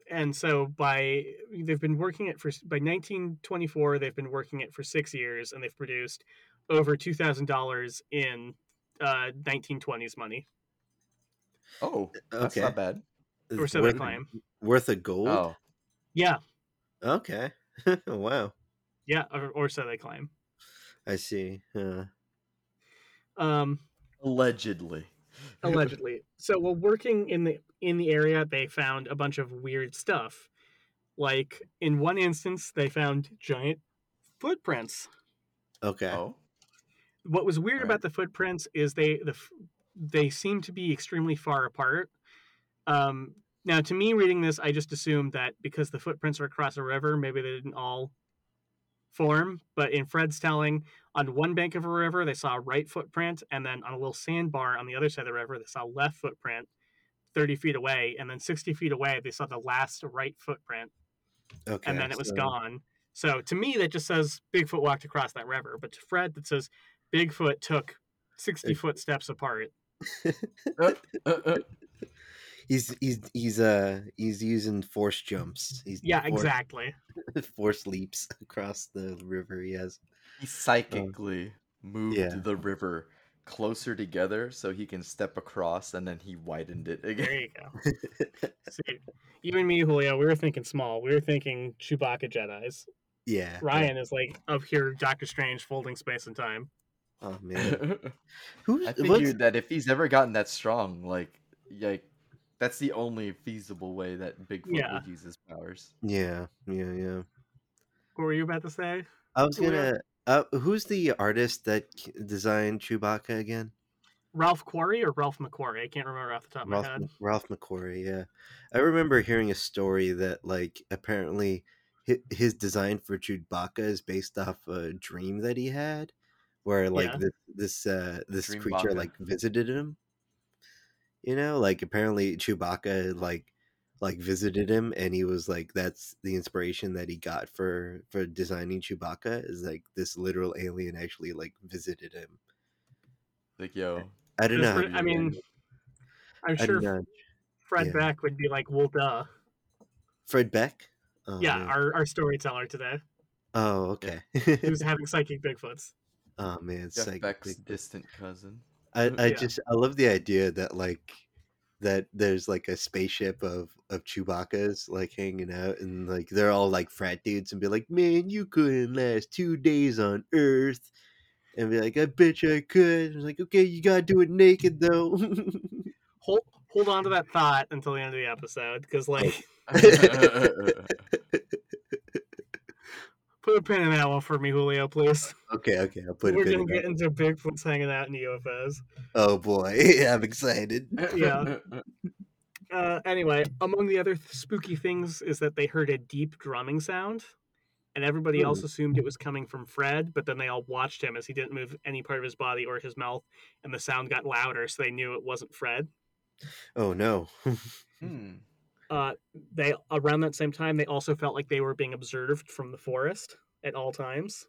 Speaker 2: and so by they've been working it for by 1924 they've been working it for six years and they've produced over $2000 in uh, 1920s money
Speaker 3: Oh, that's
Speaker 1: Okay.
Speaker 3: not bad.
Speaker 2: or
Speaker 1: Is
Speaker 2: so they
Speaker 1: worth,
Speaker 2: claim
Speaker 1: worth of gold.
Speaker 3: Oh,
Speaker 2: yeah
Speaker 1: Okay. wow.
Speaker 2: yeah or, or so they claim
Speaker 1: I see. Uh,
Speaker 2: um,
Speaker 3: allegedly.
Speaker 2: allegedly so while working in the in the area they found a bunch of weird stuff like in one instance they found giant footprints
Speaker 1: okay.
Speaker 3: oh,
Speaker 2: what was weird
Speaker 3: Right.
Speaker 2: about the footprints is they the f- they seem to be extremely far apart. Um, now, to me, reading this, I just assumed that because the footprints are across a river, maybe they didn't all form. But in Fred's telling, on one bank of a river, they saw a right footprint, and then on a little sandbar on the other side of the river, they saw a left footprint. 30 feet away and then 60 feet away they saw the last right footprint
Speaker 1: Okay.
Speaker 2: and then it was
Speaker 1: so-
Speaker 2: gone so to me that just says bigfoot walked across that river but to fred that says bigfoot took 60
Speaker 1: Big-
Speaker 2: foot steps apart
Speaker 3: uh, uh,
Speaker 1: He's he's he's uh he's using force jumps. He's
Speaker 2: yeah
Speaker 1: force-
Speaker 2: exactly
Speaker 1: force leaps across the river. He has.
Speaker 3: he psychically moved
Speaker 1: yeah.
Speaker 3: the river closer together so he can step across, and then he widened it
Speaker 2: there
Speaker 3: again.
Speaker 2: you go See, you and me julio we were thinking small we were thinking chewbacca jedis
Speaker 1: Yeah.
Speaker 2: ryan is like up here doctor strange folding space and time
Speaker 1: Oh man. Who's
Speaker 3: I
Speaker 1: what's-
Speaker 3: figured that if he's ever gotten that strong, like, like that's the only feasible way that Bigfoot
Speaker 2: Yeah.
Speaker 3: would use his powers.
Speaker 1: Yeah. Yeah. Yeah.
Speaker 2: what were you about to say
Speaker 1: I was
Speaker 2: Where-
Speaker 1: gonna. Uh, who's the artist that c- designed Chewbacca again?
Speaker 2: ralph quarry or ralph mcquarrie i can't remember off the top of my
Speaker 1: Ralph,
Speaker 2: head
Speaker 1: Mc- Ralph McQuarrie. Yeah, I remember hearing a story that like apparently hi- his design for Chewbacca is based off a dream that he had, where like
Speaker 2: Yeah.
Speaker 1: this this uh, this creature
Speaker 3: Dreambacca.
Speaker 1: like visited him. You know, like apparently Chewbacca like like visited him, and he was like, "That's the inspiration that he got for for designing Chewbacca." Is like this literal alien actually like visited him.
Speaker 3: Like, yo,
Speaker 1: I don't
Speaker 2: That's
Speaker 1: know. how
Speaker 2: pretty-
Speaker 1: to
Speaker 2: I
Speaker 1: explain
Speaker 2: mean,
Speaker 1: it.
Speaker 2: i'm
Speaker 1: I
Speaker 2: sure
Speaker 1: don't know.
Speaker 2: fred
Speaker 1: yeah.
Speaker 2: beck would be like well duh
Speaker 1: Fred Beck. Oh,
Speaker 2: yeah
Speaker 1: man.
Speaker 2: our, our storyteller today
Speaker 1: Oh, okay.
Speaker 2: who's having psychic bigfoots
Speaker 1: oh man,
Speaker 3: Jeff
Speaker 1: psych.
Speaker 3: Beck's
Speaker 1: big-
Speaker 3: distant cousin.
Speaker 1: I, I
Speaker 2: Yeah.
Speaker 1: just I love the idea that like that there's like a spaceship of of Chewbacca's like hanging out and like they're all like frat dudes and be like, man, you couldn't last two days on Earth. And be like, I bet you I could. And like, okay, you gotta do it naked though.
Speaker 2: hold hold on to that thought until the end of the episode because like Put a pin in that one for me, Julio, please.
Speaker 1: Okay, okay, I'll put
Speaker 2: We're
Speaker 1: it in.
Speaker 2: gonna get into Bigfoot's hanging out in UFOs.
Speaker 1: Oh boy, I'm excited.
Speaker 2: Yeah. Uh, anyway, among the other th- spooky things is that they heard a deep drumming sound, and everybody else
Speaker 1: Ooh.
Speaker 2: assumed it was coming from Fred, but then they all watched him as he didn't move any part of his body or his mouth, and the sound got louder, so they knew it wasn't Fred.
Speaker 1: Oh no.
Speaker 3: Hmm.
Speaker 2: Uh, they around that same time, they also felt like they were being observed from the forest at all times.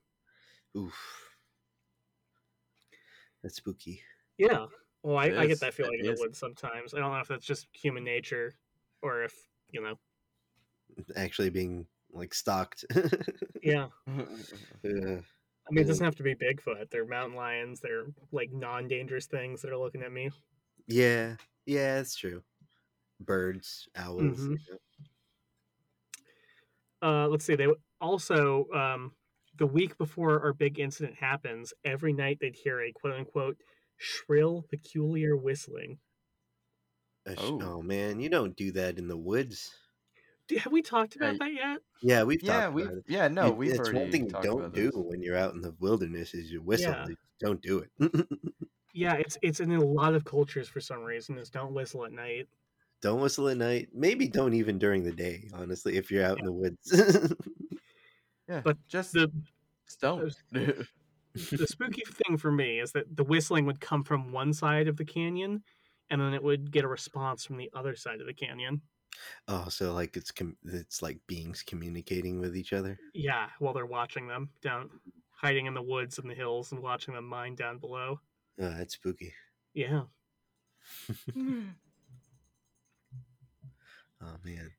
Speaker 1: Oof. That's spooky.
Speaker 2: Yeah. Well, I, I
Speaker 3: Yes,
Speaker 2: get that feeling
Speaker 3: it
Speaker 2: in the
Speaker 3: is.
Speaker 2: woods sometimes. I don't know if that's just human nature or if, you know,
Speaker 1: Actually being like stalked. Yeah.
Speaker 2: yeah. I mean, it
Speaker 1: Yeah.
Speaker 2: doesn't have to be Bigfoot. They're mountain lions. They're like non dangerous things that are looking at me.
Speaker 1: yeah. Yeah, that's true. Birds, owls.
Speaker 3: Mm-hmm.
Speaker 1: you know.
Speaker 2: Uh, let's see. They w- also, um, the week before our big incident happens, every night they'd hear a quote unquote shrill, peculiar whistling.
Speaker 1: A sh-
Speaker 3: Oh.
Speaker 1: oh. man, you don't do that in the woods.
Speaker 2: D- Have we talked
Speaker 3: Yeah,
Speaker 2: about that yet?
Speaker 1: Yeah, we've
Speaker 3: yeah,
Speaker 1: talked
Speaker 3: we.
Speaker 1: about it.
Speaker 3: Yeah, no,
Speaker 1: You-
Speaker 3: we've
Speaker 1: it's
Speaker 3: already
Speaker 1: one thing you
Speaker 3: talked
Speaker 1: don't
Speaker 3: about
Speaker 1: do
Speaker 3: this.
Speaker 1: when you're out in the wilderness is you whistle.
Speaker 2: Yeah.
Speaker 1: You Don't do it.
Speaker 2: Yeah, it's it's in a lot of cultures for some reason. Is don't whistle at night.
Speaker 1: don't whistle at night. Maybe don't even during the day, honestly, if you're out in the woods.
Speaker 3: Yeah,
Speaker 2: But
Speaker 3: just
Speaker 2: The
Speaker 3: stone.
Speaker 2: the spooky thing for me is that the whistling would come from one side of the canyon and then it would get a response from the other side of the canyon
Speaker 1: oh, so like it's com- it's like beings communicating with each other.
Speaker 2: yeah while they're watching them down hiding in the woods and the hills and watching them mine down below
Speaker 1: Oh, that's spooky.
Speaker 2: yeah
Speaker 1: Oh man.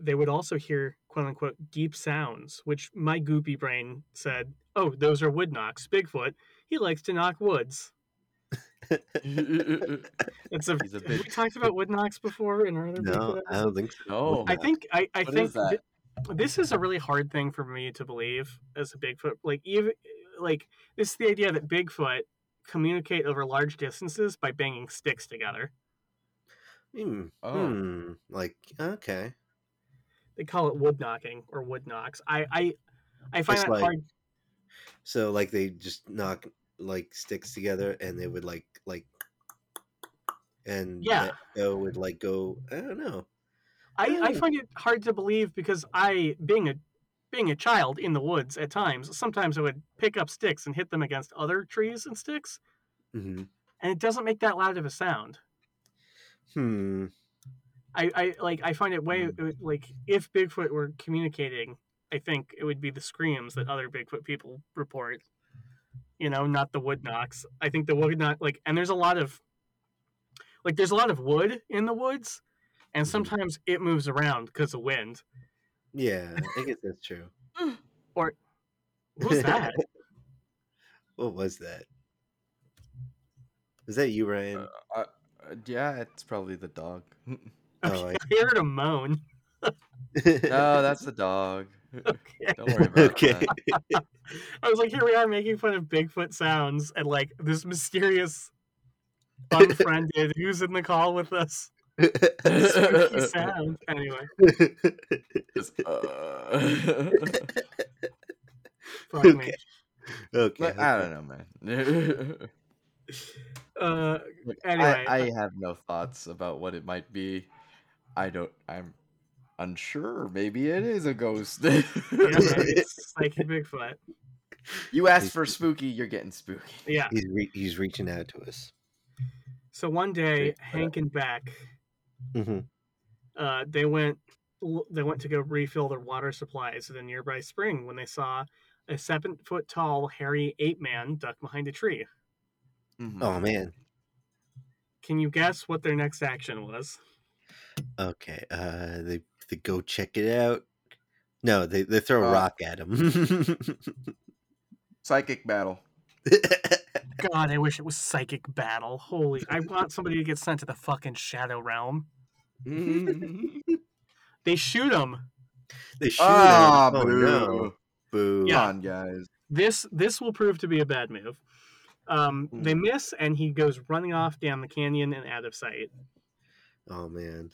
Speaker 2: they would also hear quote unquote deep sounds which my goopy brain said oh those are wood knocks bigfoot he likes to knock woods it's a,
Speaker 3: He's a
Speaker 2: have we
Speaker 3: big-
Speaker 2: talked about wood knocks before in our other
Speaker 1: No,
Speaker 2: Bigfoot
Speaker 1: I don't think so.
Speaker 3: no.
Speaker 2: I think I, I
Speaker 3: What
Speaker 2: think
Speaker 3: is that?
Speaker 2: thi- this is a really hard thing for me to believe as a Bigfoot. Like even like this is the idea that Bigfoot communicate over large distances by banging sticks together.
Speaker 1: Hmm,
Speaker 3: Oh.
Speaker 1: hmm, Like okay.
Speaker 2: They call it wood knocking or wood knocks. I I, I find
Speaker 1: It's
Speaker 2: that
Speaker 1: like-
Speaker 2: hard.
Speaker 1: So like they just knock like sticks together and they would like like and
Speaker 2: Yeah.
Speaker 1: go would like go I don't know.
Speaker 2: I, I
Speaker 1: Hmm.
Speaker 2: find it hard to believe because I being a being a child in the woods at times, sometimes I would pick up sticks and hit them against other trees and sticks,
Speaker 1: hmm
Speaker 2: and it doesn't make that loud of a sound.
Speaker 1: Hmm.
Speaker 2: I, I like I find it way
Speaker 3: Mm.
Speaker 2: it would- like if Bigfoot were communicating, I think it would be the screams that other Bigfoot people report. You know, not the wood knocks. I think the wood knock like and there's a lot of like there's a lot of wood in the woods and
Speaker 1: Mhm.
Speaker 2: sometimes it moves around because of wind.
Speaker 1: Yeah, I guess that's true.
Speaker 2: Who's that?
Speaker 1: What was that? Was that you, Ryan?
Speaker 3: Uh, uh, yeah, it's probably the dog. no,
Speaker 1: oh, I-
Speaker 2: I heard a moan.
Speaker 3: that's the dog.
Speaker 2: Okay.
Speaker 3: Don't worry about
Speaker 1: okay.
Speaker 3: that.
Speaker 2: I was like, here we are making fun of Bigfoot sounds and like this mysterious unfriended who's in the call with us. Spooky sound. Anyway.
Speaker 3: Just, uh,
Speaker 2: Fuck
Speaker 1: Okay.
Speaker 2: me.
Speaker 1: okay.
Speaker 3: Like, I don't know, man.
Speaker 2: Uh,
Speaker 3: Look,
Speaker 2: Anyway,
Speaker 3: I, I have no thoughts about what it might be. I don't. I'm unsure. Maybe it is a ghost.
Speaker 2: yeah, maybe it's like Bigfoot.
Speaker 3: you asked for spooky. You're getting spooky.
Speaker 2: Yeah.
Speaker 1: He's re- he's reaching out to us.
Speaker 2: So one day,
Speaker 3: Bigfoot.
Speaker 2: Hank and Beck,
Speaker 1: Mhm.
Speaker 2: uh, they went they went to go refill their water supplies at a nearby spring when they saw a seven foot tall hairy ape man duck behind a tree.
Speaker 3: Mhm.
Speaker 1: Oh man.
Speaker 2: Can you guess what their next action was?
Speaker 1: Okay. Uh, they they go check it out. No, they they throw a
Speaker 3: Uh.
Speaker 1: rock at him.
Speaker 3: Psychic battle.
Speaker 2: God, I wish it was psychic battle. Holy, I want somebody to get sent to the fucking shadow realm.
Speaker 3: Mhm.
Speaker 2: They shoot him.
Speaker 1: they shoot
Speaker 3: Ah,
Speaker 1: him. Oh
Speaker 3: boo.
Speaker 1: no. Boo.
Speaker 2: Yeah.
Speaker 3: Come on, guys.
Speaker 2: this this will prove to be a bad move. Um, They miss, and he goes running off down the canyon and out of sight.
Speaker 1: Oh man.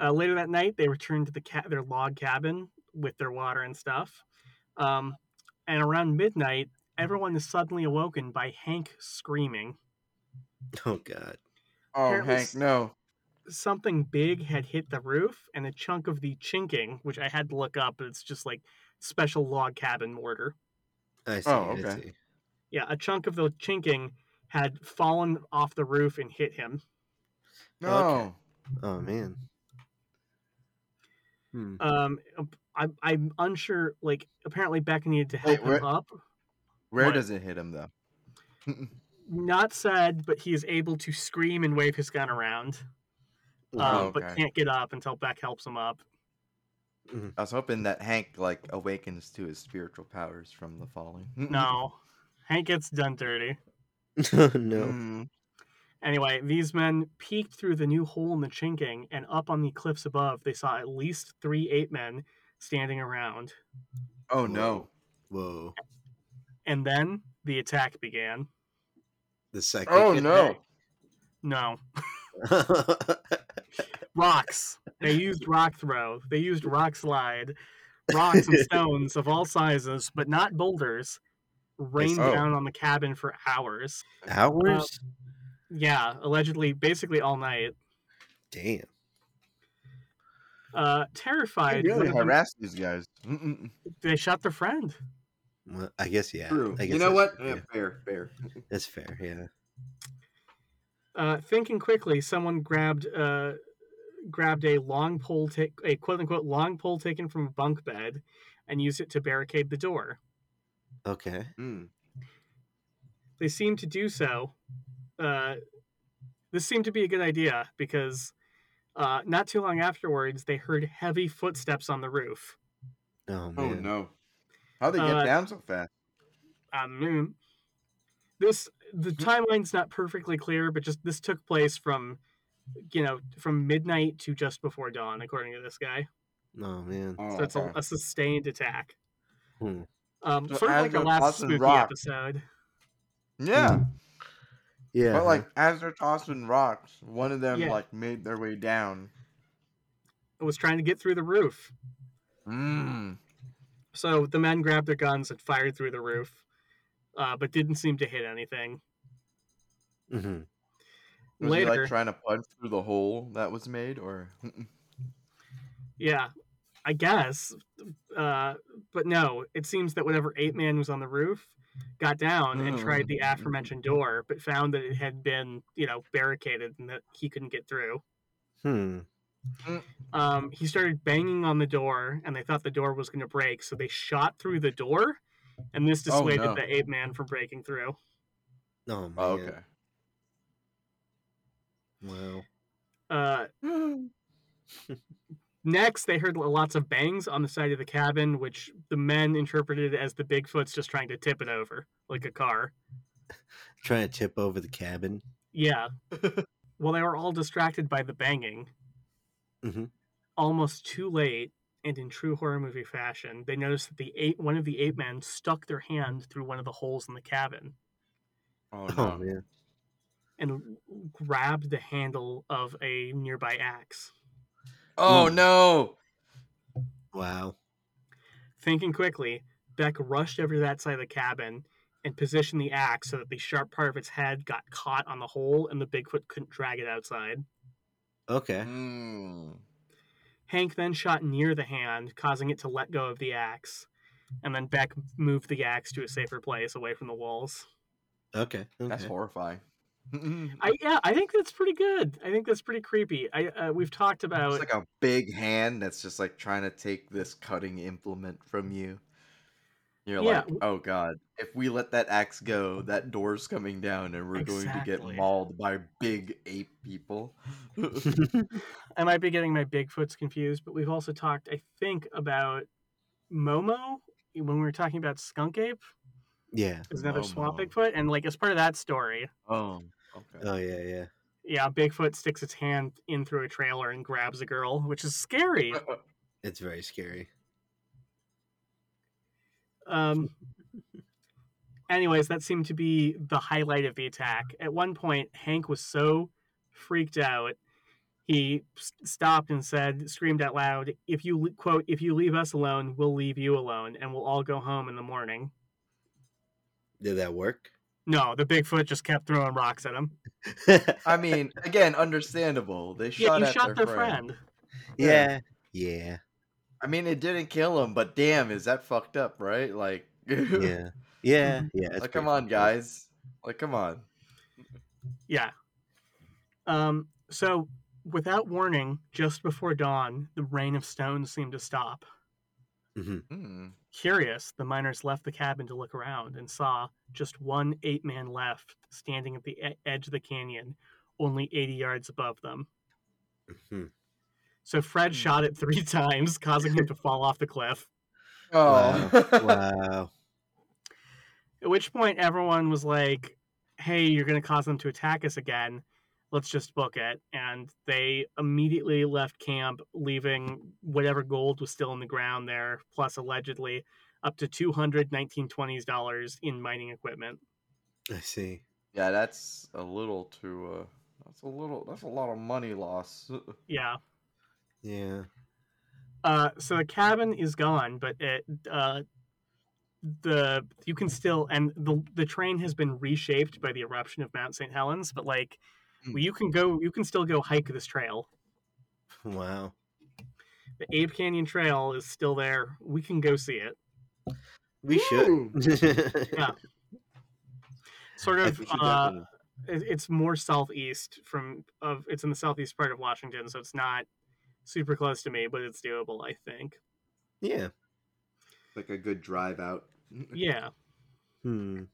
Speaker 2: Uh, later that night, they return to the ca- their log cabin with their water and stuff. Um, and around midnight, everyone is suddenly awoken by Hank screaming.
Speaker 1: Oh god.
Speaker 3: Oh,
Speaker 2: Apparently
Speaker 3: Hank,
Speaker 2: s-
Speaker 3: no.
Speaker 2: Something big had hit the roof, and a chunk of the chinking, which I had to look up, it's just like special log cabin mortar.
Speaker 1: I see.
Speaker 3: Oh,
Speaker 1: I
Speaker 3: okay.
Speaker 1: see.
Speaker 2: Yeah, a chunk of the chinking had fallen off the roof and hit him.
Speaker 3: No.
Speaker 1: Okay. Oh man. Hmm.
Speaker 2: Um, I, I'm unsure. Like, apparently Becca needed to
Speaker 3: Wait,
Speaker 2: help
Speaker 3: where-
Speaker 2: him up.
Speaker 3: Where
Speaker 2: What?
Speaker 3: does it hit him, though?
Speaker 2: Not said, but he is able to scream and wave his gun around, um,
Speaker 3: Oh, okay.
Speaker 2: but can't get up until Beck helps him up.
Speaker 3: I was hoping that Hank, like, awakens to his spiritual powers from the falling.
Speaker 2: No, Hank gets done dirty.
Speaker 1: Oh, no.
Speaker 3: Mm.
Speaker 2: Anyway, these men peeked through the new hole in the chinking, and up on the cliffs above, they saw at least three ape men standing around.
Speaker 3: Oh, no.
Speaker 1: Whoa.
Speaker 2: And then the attack began.
Speaker 1: The second.
Speaker 3: Oh,
Speaker 2: Get
Speaker 3: no. Uh,
Speaker 2: back. No, rocks. They used rock throw. They used rock slide. Rocks and stones of all sizes, but not boulders, rained
Speaker 3: Oh.
Speaker 2: down on the cabin for hours.
Speaker 1: Hours.
Speaker 2: Yeah, allegedly, basically all night.
Speaker 1: Damn.
Speaker 2: Uh,
Speaker 3: I
Speaker 2: terrified, one
Speaker 3: really
Speaker 2: of them-
Speaker 3: harass these guys. Mm-mm.
Speaker 2: they shot their friend.
Speaker 1: Well, I guess yeah.
Speaker 3: True.
Speaker 1: I guess
Speaker 3: You know what?
Speaker 1: that's-
Speaker 3: Yeah,
Speaker 1: yeah,
Speaker 3: fair, fair.
Speaker 1: that's fair. Yeah.
Speaker 2: Uh, thinking quickly, someone grabbed uh, grabbed a long pole, ta- a quote unquote long pole taken from a bunk bed, and used it to barricade the door.
Speaker 1: Okay.
Speaker 3: Mm.
Speaker 2: They seem to do so. Uh, this seemed to be a good idea because uh, not too long afterwards, they heard heavy footsteps on the roof.
Speaker 1: Oh man.
Speaker 3: Oh, no. How'd they get
Speaker 2: Uh,
Speaker 3: down so fast?
Speaker 2: Um, this the timeline's not perfectly clear, but just this took place from, you know, from midnight to just before dawn, according to this guy.
Speaker 1: Oh man.
Speaker 3: Oh,
Speaker 2: so it's a,
Speaker 3: okay.
Speaker 2: a sustained attack.
Speaker 1: Hmm.
Speaker 2: Um,
Speaker 3: So
Speaker 2: sort of
Speaker 3: as
Speaker 2: like the
Speaker 3: they're
Speaker 2: last
Speaker 3: tossing
Speaker 2: spooky
Speaker 3: rocks-
Speaker 2: episode.
Speaker 3: Yeah.
Speaker 2: Mm,
Speaker 1: Yeah.
Speaker 3: But like as they're tossing rocks, one of them
Speaker 2: Yeah.
Speaker 3: like made their way down.
Speaker 2: It was trying to get through the roof.
Speaker 3: Mm.
Speaker 2: So the men grabbed their guns and fired through the roof, uh, but didn't seem to hit anything.
Speaker 1: Mhm.
Speaker 3: Was he
Speaker 2: Later,
Speaker 3: like trying to punch through the hole that was made, or Mm,
Speaker 2: yeah, I guess. Uh, but no, it seems that whatever ape man was on the roof got down and tried the
Speaker 3: Mm.
Speaker 2: aforementioned door, but found that it had been, you know, barricaded and that he couldn't get through.
Speaker 1: Hmm.
Speaker 2: um, he started banging on the door, and they thought the door was going to break, so they shot through the door, and this
Speaker 3: Oh,
Speaker 2: dissuaded
Speaker 3: no.
Speaker 2: the ape man from breaking through.
Speaker 1: Oh man.
Speaker 3: Oh, okay?
Speaker 1: Wow.
Speaker 2: Uh,
Speaker 3: Oh,
Speaker 2: next, they heard lots of bangs on the side of the cabin, which the men interpreted as the Bigfoot's just trying to tip it over, like a car.
Speaker 1: Trying to tip over the cabin.
Speaker 2: Yeah. well, they were all distracted by the banging.
Speaker 3: Mm-hmm.
Speaker 1: Mhm.
Speaker 2: Almost too late, and in true horror movie fashion, they noticed that the ape, one of the ape men stuck their hand through one of the holes in the cabin.
Speaker 3: Oh
Speaker 1: Oh,
Speaker 3: no!
Speaker 1: man.
Speaker 2: and grabbed the handle of a nearby axe.
Speaker 3: Oh
Speaker 1: Mm.
Speaker 3: no!
Speaker 1: Wow.
Speaker 2: Thinking quickly, Beck rushed over to that side of the cabin and positioned the axe so that the sharp part of its head got caught on the hole and the Bigfoot couldn't drag it outside.
Speaker 1: Okay.
Speaker 3: Mm.
Speaker 2: Hank then shot near the hand, causing it to let go of the axe, and then Beck moved the axe to a safer place away from the walls.
Speaker 1: Okay. Okay.
Speaker 3: That's horrifying. it's
Speaker 2: I yeah, I think that's pretty good. I think that's pretty creepy. I uh, we've talked about
Speaker 3: like a big hand that's just like trying to take this cutting implement from you. You're
Speaker 2: Yeah,
Speaker 3: like,
Speaker 2: w-
Speaker 3: oh god! If we let that axe go, that door's coming down, and we're going to
Speaker 2: Exactly.
Speaker 3: get mauled by big ape people.
Speaker 2: I might be getting my Bigfoots confused, but we've also talked, I think, about Momo when we were talking about Skunk Ape,
Speaker 1: yeah.
Speaker 2: is another swamp
Speaker 3: Momo.
Speaker 2: Bigfoot, and like as part of that story,
Speaker 3: oh, okay.
Speaker 2: Uh,
Speaker 1: Oh yeah. Yeah.
Speaker 2: yeah, Bigfoot sticks its hand in through a trailer and grabs a girl, which is scary.
Speaker 1: It's very scary.
Speaker 2: Um, anyways, that seemed to be the highlight of the attack. At one point, Hank was so freaked out, he s- stopped and said, screamed out loud, "If you le- quote, if you leave us alone, we'll leave you alone, and we'll all go home in the morning."
Speaker 1: Did that work?
Speaker 2: No, the Bigfoot just kept throwing rocks at him.
Speaker 3: I mean, again, understandable. They
Speaker 2: Yeah,
Speaker 3: shot
Speaker 2: you
Speaker 3: at
Speaker 2: shot
Speaker 3: their,
Speaker 2: their friend.
Speaker 1: yeah. Yeah.
Speaker 3: I mean, it didn't kill him, but damn, is that fucked up, right? Like,
Speaker 1: Yeah. Yeah. Yeah. that's
Speaker 3: Mm-hmm. like come
Speaker 1: pretty
Speaker 3: on,
Speaker 1: fucked up.
Speaker 3: guys. Like, come on.
Speaker 2: Yeah. Um. So, without warning, just before dawn, the rain of stones seemed to stop.
Speaker 3: Hmm.
Speaker 2: Curious, the miners left the cabin to look around and saw just one ape man left standing at the e- edge of the canyon, only 80 yards above them.
Speaker 1: Mhm.
Speaker 2: So Fred
Speaker 3: Hmm.
Speaker 2: shot it three times, causing him to fall off the cliff.
Speaker 3: Oh,
Speaker 1: wow.
Speaker 2: At which point, everyone was like, hey, you're going to cause them to attack us again. Let's just book it. And they immediately left camp, leaving whatever gold was still in the ground there, plus allegedly up to 200 1920s dollars in mining equipment.
Speaker 1: I see.
Speaker 3: yeah, that's a little too. Uh, that's a little. That's a lot of money loss.
Speaker 2: Yeah.
Speaker 1: Yeah.
Speaker 2: Uh, so the cabin is gone, but it uh, the you can still and the the train has been reshaped by the eruption of Mount St. Helens. But like,
Speaker 3: Hmm.
Speaker 2: you can go, you can still go hike this trail.
Speaker 1: Wow.
Speaker 2: The Abe Canyon Trail is still there. We can go see it.
Speaker 1: We
Speaker 3: Ooh.
Speaker 1: should.
Speaker 2: Yeah. Sort
Speaker 1: I
Speaker 2: of,
Speaker 1: think we
Speaker 2: uh,
Speaker 1: definitely-
Speaker 2: it- it's more southeast from of it's in the southeast part of Washington, so it's not super close to me, but it's doable, I think.
Speaker 1: yeah.
Speaker 3: like a good drive out.
Speaker 2: Yeah.
Speaker 1: Hmm.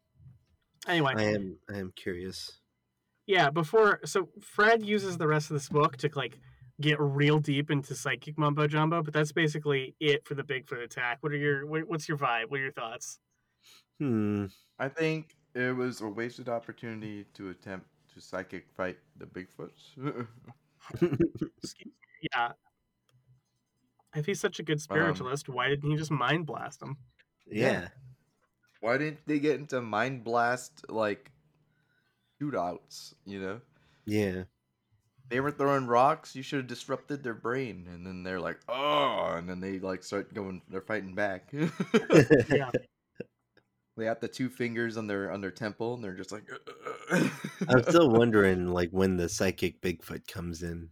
Speaker 2: Anyway,
Speaker 1: I am. I am curious.
Speaker 2: yeah before so fred uses the rest of this book to like get real deep into psychic mumbo jumbo but that's basically it for the bigfoot attack what are your what, what's your vibe what are your thoughts
Speaker 1: Hmm.
Speaker 3: I think it was a wasted opportunity to attempt to psychic fight the Bigfoots.
Speaker 2: Excuse me. yeah if he's such a
Speaker 1: Um,
Speaker 2: good spiritualist why didn't he just mind blast him
Speaker 1: Yeah.
Speaker 3: Why didn't they get into mind blast like shootouts? You know,
Speaker 1: Yeah.
Speaker 3: they were throwing rocks. You should have disrupted their brain, and then they're like, oh, and then they like start going. They're fighting back.
Speaker 2: yeah
Speaker 3: they have the two fingers on their on their temple, and they're just like.
Speaker 1: I'm still wondering, like, when the psychic Bigfoot comes in.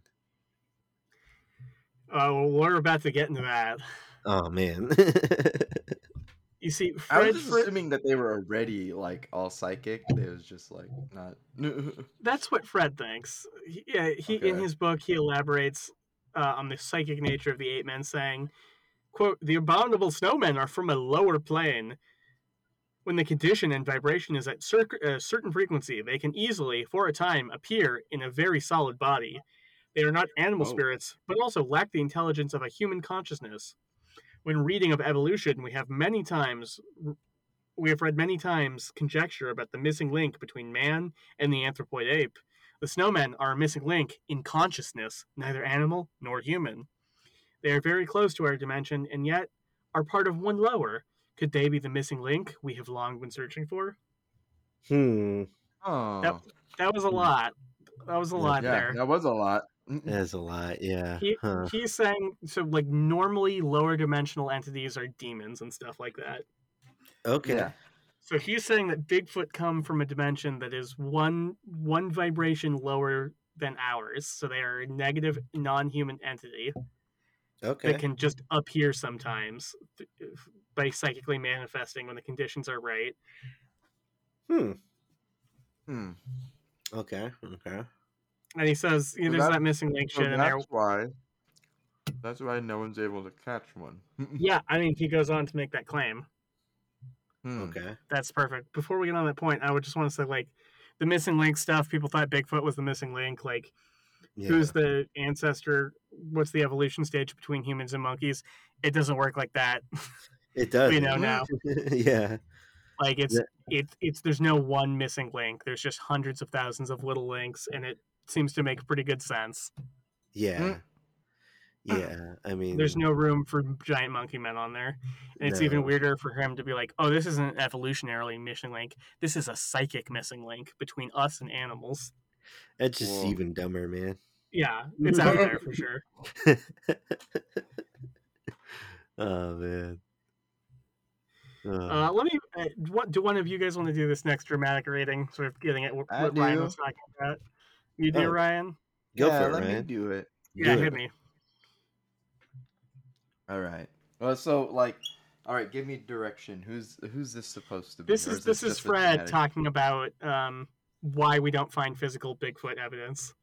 Speaker 2: oh well, we're about to get into that
Speaker 1: Oh man.
Speaker 2: you see
Speaker 3: I
Speaker 2: fred,
Speaker 3: was just
Speaker 2: Fred-
Speaker 3: assuming that they were already like all psychic. It was just like not.
Speaker 2: that's what fred thinks he, yeah, he in
Speaker 3: Okay.
Speaker 2: his book he elaborates uh, on the psychic nature of the ape men saying quote, the abominable snowmen are from a lower plane. When the condition and vibration is at cer- a certain frequency, they can easily, for a time, appear in a very solid body. They are not animal
Speaker 3: Oh.
Speaker 2: spirits, but also lack the intelligence of a human consciousness. When reading of evolution, we have many times we have read many times conjecture about the missing link between man and the anthropoid ape. The snowmen are a missing link in consciousness, neither animal nor human. They are very close to our dimension and yet are part of one lower. Could they be the missing link we have long been searching for?
Speaker 1: hmm.
Speaker 3: Oh,
Speaker 2: That, that was a
Speaker 1: Hmm.
Speaker 2: lot. That was a lot
Speaker 3: yeah,
Speaker 2: there.
Speaker 3: that was a lot.
Speaker 1: That's a lot. Yeah.
Speaker 2: He,
Speaker 1: Huh.
Speaker 2: He's saying so like normally lower dimensional entities are demons and stuff like that.
Speaker 1: Okay.
Speaker 3: Yeah.
Speaker 2: So he's saying that Bigfoot come from a dimension that is one one vibration lower than ours. So they are a negative non-human entity
Speaker 1: Okay.
Speaker 2: that can just appear sometimes th- if- by psychically manifesting when the conditions are right.
Speaker 1: Hmm.
Speaker 3: Hmm.
Speaker 1: Okay. Okay.
Speaker 2: And he says, you know,
Speaker 3: Well,
Speaker 2: there's
Speaker 3: that-
Speaker 2: that missing link
Speaker 3: So
Speaker 2: shit in there.
Speaker 3: that's why. That's why no one's able to catch one.
Speaker 2: Yeah, I mean, he goes on to make that claim.
Speaker 3: Hmm.
Speaker 1: Okay.
Speaker 2: That's perfect. Before we get on that point, I would just want to say, like, the missing link stuff. People thought Bigfoot was the missing link. Like,
Speaker 1: Yeah.
Speaker 2: who's the ancestor? What's the evolution stage between humans and monkeys? It doesn't work like that.
Speaker 1: it does.
Speaker 2: we know now. Hmm.
Speaker 1: yeah.
Speaker 2: Like it's it's it's there's no one missing link. There's just hundreds of thousands of little links, and it seems to make pretty good sense.
Speaker 1: Yeah. Yeah. I mean,
Speaker 2: There's no room for giant monkey men on there, and it's even
Speaker 1: No.
Speaker 2: weirder for him to be like, "Oh, this isn't evolutionarily missing link. This is a psychic missing link between us and animals."
Speaker 1: That's just
Speaker 3: Whoa.
Speaker 1: even dumber, man.
Speaker 2: yeah, it's
Speaker 3: Mm-hmm.
Speaker 2: out there for sure.
Speaker 1: oh man. Oh,
Speaker 2: Uh, let me. Uh, what do one of you guys want to do this next dramatic rating? Sort of getting at what,
Speaker 3: I
Speaker 2: what Ryan
Speaker 3: do.
Speaker 2: was talking about. You do,
Speaker 1: Oh,
Speaker 2: Ryan?
Speaker 1: go
Speaker 3: yeah,
Speaker 1: for it,
Speaker 3: let me
Speaker 1: Ryan.
Speaker 3: do it.
Speaker 2: Yeah,
Speaker 1: do
Speaker 2: hit
Speaker 1: it.
Speaker 2: me.
Speaker 3: All right. Well, so like, all right, give me direction. Who's who's this supposed to be?
Speaker 2: This
Speaker 3: or
Speaker 2: is this is
Speaker 3: just a
Speaker 2: Fred
Speaker 3: dramatic-
Speaker 2: talking about um, why we don't find physical Bigfoot evidence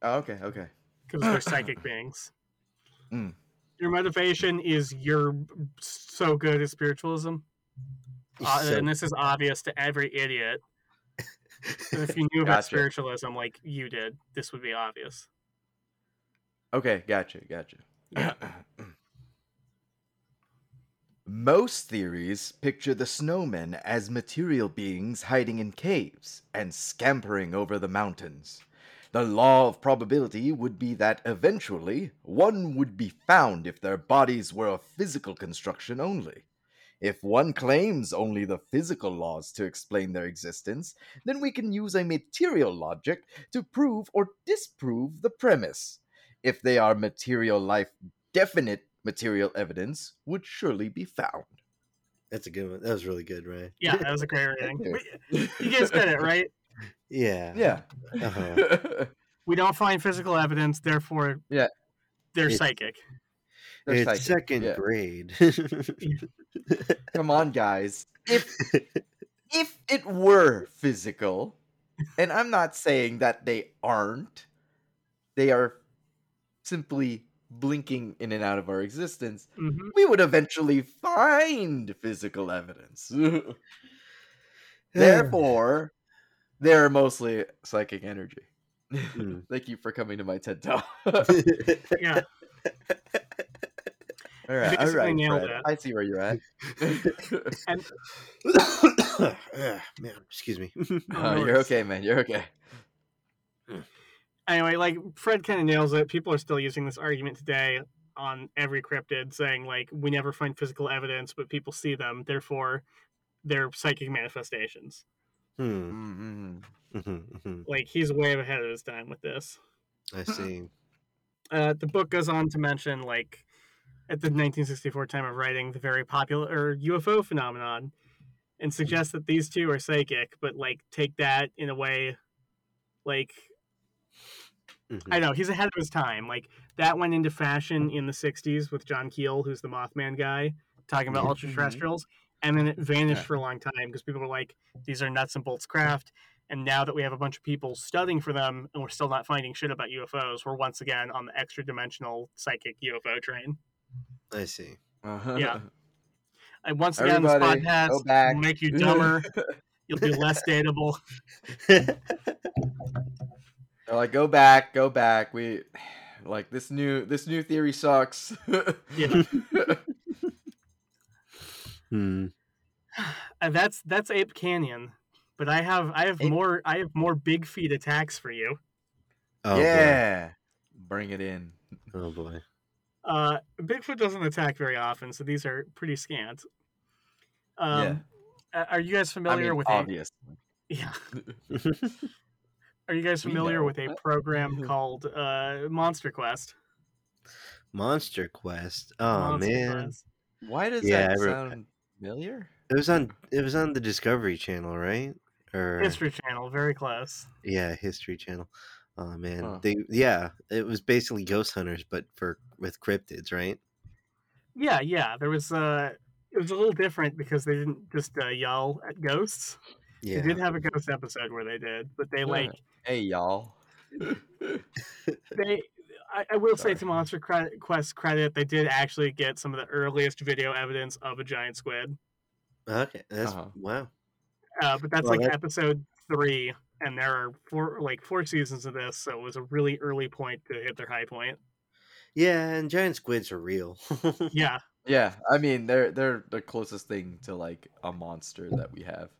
Speaker 3: Oh, okay, okay.
Speaker 2: because they're psychic beings.
Speaker 3: Mm.
Speaker 2: Your motivation is you're so good at spiritualism, uh,
Speaker 1: So-
Speaker 2: and this is obvious to every idiot. And if you knew about
Speaker 3: Gotcha.
Speaker 2: spiritualism like you did, this would be obvious.
Speaker 3: Okay, gotcha, gotcha. Most theories picture the snowmen as material beings hiding in caves and scampering over the mountains. The law of probability would be that eventually one would be found if their bodies were of physical construction only. If one claims only the physical laws to explain their existence, then we can use a material logic to prove or disprove the premise if they are material life, definite material evidence would surely be found.
Speaker 1: That's a good one. That was really good, Ryan.
Speaker 2: Yeah, that was a great rating.
Speaker 3: you.
Speaker 2: We- You guys get it, right?
Speaker 1: Yeah.
Speaker 3: Yeah.
Speaker 2: We don't find physical evidence, therefore,
Speaker 3: Yeah.
Speaker 2: they're
Speaker 1: It's-
Speaker 2: psychic.
Speaker 3: They're
Speaker 1: it's
Speaker 3: psychic,
Speaker 1: second
Speaker 3: yeah.
Speaker 1: grade.
Speaker 3: Come on, guys. If if it were physical, and I'm not saying that they aren't, they are simply blinking in and out of our existence.
Speaker 2: hmm
Speaker 3: We would eventually find physical evidence. Therefore, they're mostly psychic energy.
Speaker 1: Mm.
Speaker 3: Thank you for coming to my TED Talk.
Speaker 2: Yeah,
Speaker 3: All right, all
Speaker 2: Basically
Speaker 3: right,
Speaker 2: nailed
Speaker 3: Fred.
Speaker 2: it.
Speaker 3: I see where you're at.
Speaker 1: Ah, man, excuse me.
Speaker 3: No,
Speaker 2: no
Speaker 3: Uh, you're
Speaker 2: worries.
Speaker 3: okay, man. You're okay.
Speaker 2: anyway, like Fred kind of nails it. People are still using this argument today on every cryptid, saying like we never find physical evidence, but people see them, therefore they're psychic manifestations.
Speaker 1: Hmm,
Speaker 3: Mm, mm,
Speaker 1: mhm, mhm.
Speaker 2: Like he's way ahead of his time with this.
Speaker 1: I see.
Speaker 2: Uh, the book goes on to mention like at the 1964 time of writing the very popular UFO phenomenon and suggests that these two are psychic, but like take that in a way like
Speaker 1: Mhm.
Speaker 2: I
Speaker 3: Mm.
Speaker 2: know he's ahead of his time. Like that went into fashion in the '60s with John Keel, who's the Mothman guy, talking about
Speaker 1: Mhm.
Speaker 2: ultra terrestrials, and then it vanished
Speaker 3: Mm-hmm, Yeah.
Speaker 2: for a long time because people were like, "These are nuts and bolts craft." And now that we have a bunch of people studying for them, and we're still not finding shit about UFOs, we're once again on the extra dimensional psychic UFO train.
Speaker 1: I see.
Speaker 3: mm.
Speaker 2: Yeah. And once again, this
Speaker 3: Everybody,
Speaker 2: podcast
Speaker 3: go back.
Speaker 2: will make you dumber. You'll be less dateable.
Speaker 3: They're like, go back, go back. We like this new this new theory sucks.
Speaker 2: Yeah.
Speaker 1: Hmm.
Speaker 2: And Uh, that's that's Ape Canyon. But I have I have
Speaker 3: Ape-
Speaker 2: more I have more big feet attacks for you.
Speaker 1: Oh,
Speaker 3: yeah. Bring it in.
Speaker 1: Boy. Oh boy.
Speaker 2: Uh, Bigfoot doesn't attack very often, so these are pretty scant. Um, a- Are you guys
Speaker 3: I
Speaker 2: familiar
Speaker 3: mean,
Speaker 2: with a
Speaker 3: obvious.
Speaker 2: yeah? Are you guys
Speaker 3: We
Speaker 2: familiar
Speaker 3: know.
Speaker 2: with a program called uh, Monster Quest?
Speaker 1: Monster Quest. Oh
Speaker 2: Monster
Speaker 1: man.
Speaker 2: Quest.
Speaker 3: Why does
Speaker 1: Yeah,
Speaker 3: that
Speaker 1: every-
Speaker 3: sound familiar?
Speaker 1: It was on it was on the Discovery Channel, right? Or
Speaker 2: History Channel, very close.
Speaker 1: yeah, History Channel. Oh man.
Speaker 3: Huh.
Speaker 1: They yeah, it was basically ghost hunters but for with cryptids, right?
Speaker 2: Yeah, yeah. There was uh, it was a little different because they didn't just uh, yell at ghosts. They
Speaker 1: Yeah.
Speaker 2: did have a ghost episode where they did, but they like
Speaker 3: Hey y'all.
Speaker 2: they I, I will say to
Speaker 3: Sorry.
Speaker 2: Monster Cre- Quest credit, they did actually get some of the earliest video evidence of a giant squid.
Speaker 1: Okay. That's
Speaker 3: Uh-huh.
Speaker 1: wow.
Speaker 2: Uh, but that's
Speaker 1: Well,
Speaker 2: like
Speaker 1: that-
Speaker 2: episode three, and there are four like four seasons of this, so it was a really early point to hit their high point.
Speaker 1: Yeah, and giant squids are real.
Speaker 2: Yeah,
Speaker 3: Yeah, I mean they're they're the closest thing to like a monster that we have.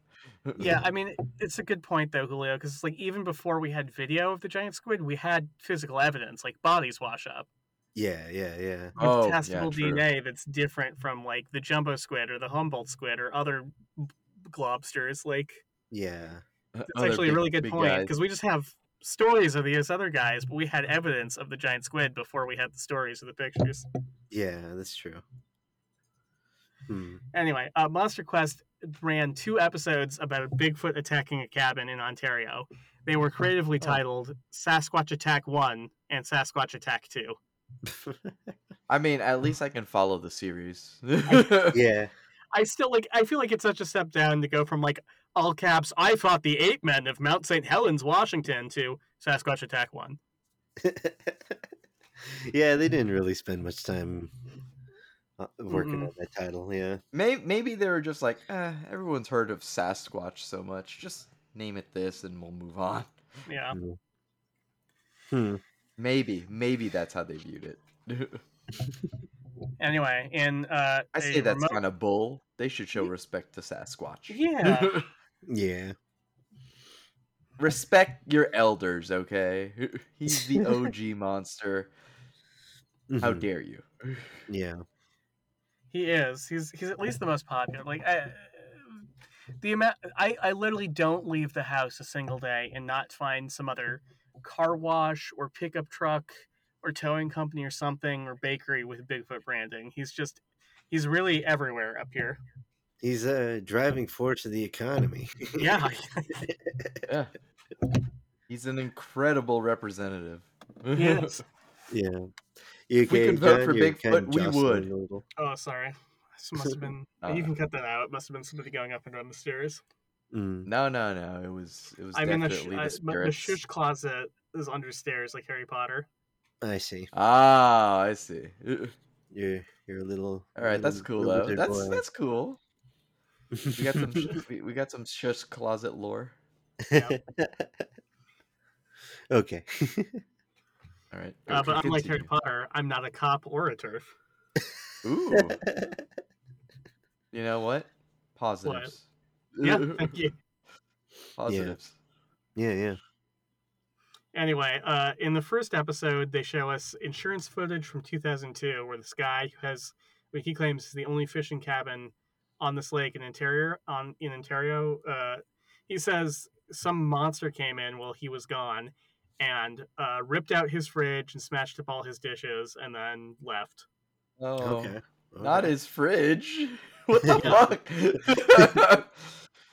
Speaker 2: yeah. I mean, it- it's a good point though, Julio, because like even before we had video of the giant squid, we had physical evidence, like bodies wash up
Speaker 1: yeah, yeah, yeah.
Speaker 2: with
Speaker 3: Oh, yeah,
Speaker 2: testable
Speaker 3: true.
Speaker 2: DNA that's different from like the jumbo squid or the Humboldt squid or other b- lobsters. Like
Speaker 1: Yeah.
Speaker 2: It's actually a really good point because we just have stories of these other guys, but we had evidence of the giant squid before we had the stories of the pictures.
Speaker 1: Yeah, that's true. Hmm.
Speaker 2: Anyway, uh, Monster Quest ran two episodes about a Bigfoot attacking a cabin in Ontario. They were creatively
Speaker 3: Oh.
Speaker 2: titled Sasquatch Attack 1 and Sasquatch Attack 2.
Speaker 3: I mean,
Speaker 2: Mm-hmm.
Speaker 3: at least I can follow the series.
Speaker 1: yeah.
Speaker 2: I still like I feel like it's such a step down to go from like all caps I fought the ape men of Mount St. Helens, Washington to Sasquatch Attack 1.
Speaker 1: yeah, they didn't really spend much time uh, working
Speaker 2: Mm-mm.
Speaker 1: on that title. Yeah.
Speaker 3: Maybe, maybe they were just like, eh, everyone's heard of Sasquatch so much. Just name it this and we'll move on.
Speaker 2: Yeah.
Speaker 1: Hmm.
Speaker 3: Maybe, maybe that's how they viewed it.
Speaker 2: Anyway, in uh
Speaker 3: I
Speaker 2: a
Speaker 3: say that's
Speaker 2: remote-
Speaker 3: kind of bull. They should show respect to Sasquatch.
Speaker 2: Yeah.
Speaker 1: Yeah.
Speaker 3: respect your elders, okay? He's the OG monster. How
Speaker 1: Mhm.
Speaker 3: dare you?
Speaker 1: Yeah.
Speaker 2: He is. He's he's at least the most popular. Like I, uh, the amount I I literally don't leave the house a single day and not find some other car wash or pickup truck or towing company or something or bakery with Bigfoot branding. He's just he's really everywhere up here.
Speaker 1: He's a driving force of the economy.
Speaker 2: Yeah.
Speaker 3: Yeah. He's an incredible representative.
Speaker 2: Yes.
Speaker 1: Yeah. You
Speaker 3: If we could vote for Bigfoot, we would.
Speaker 1: would.
Speaker 2: oh, sorry. This must have been.
Speaker 3: Uh,
Speaker 2: you can cut that out. It must have been somebody going up and down the stairs.
Speaker 1: Mm.
Speaker 3: no, no, no. It was it was
Speaker 2: I mean, the, sh-
Speaker 3: definitely
Speaker 2: I-
Speaker 3: the
Speaker 2: the, the
Speaker 3: spirits.
Speaker 2: shush closet is under stairs, like Harry Potter.
Speaker 1: I see.
Speaker 3: ah, I see.
Speaker 1: You're you're a little.
Speaker 3: All right, that's
Speaker 1: little
Speaker 3: cool though.
Speaker 1: lizard
Speaker 3: That's
Speaker 1: boy.
Speaker 3: that's cool. We got some sh- we, we got some shush closet lore.
Speaker 1: okay.
Speaker 3: All right.
Speaker 2: Uh, but
Speaker 3: okay,
Speaker 2: unlike Harry
Speaker 3: continue.
Speaker 2: Potter, I'm not a cop or a turf.
Speaker 3: Ooh. You know what? Positives.
Speaker 2: Yeah, thank you.
Speaker 3: Positives.
Speaker 1: yeah. Yeah.
Speaker 2: Anyway, uh, in the first episode, they show us insurance footage from 2002, where this guy who has, what he claims is the only fishing cabin on this lake in Ontario, on in Ontario, uh, he says some monster came in while he was gone, and uh, ripped out his fridge and smashed up all his dishes, and then left.
Speaker 3: Oh.
Speaker 1: Okay.
Speaker 3: Not
Speaker 1: okay.
Speaker 3: his fridge. What the fuck?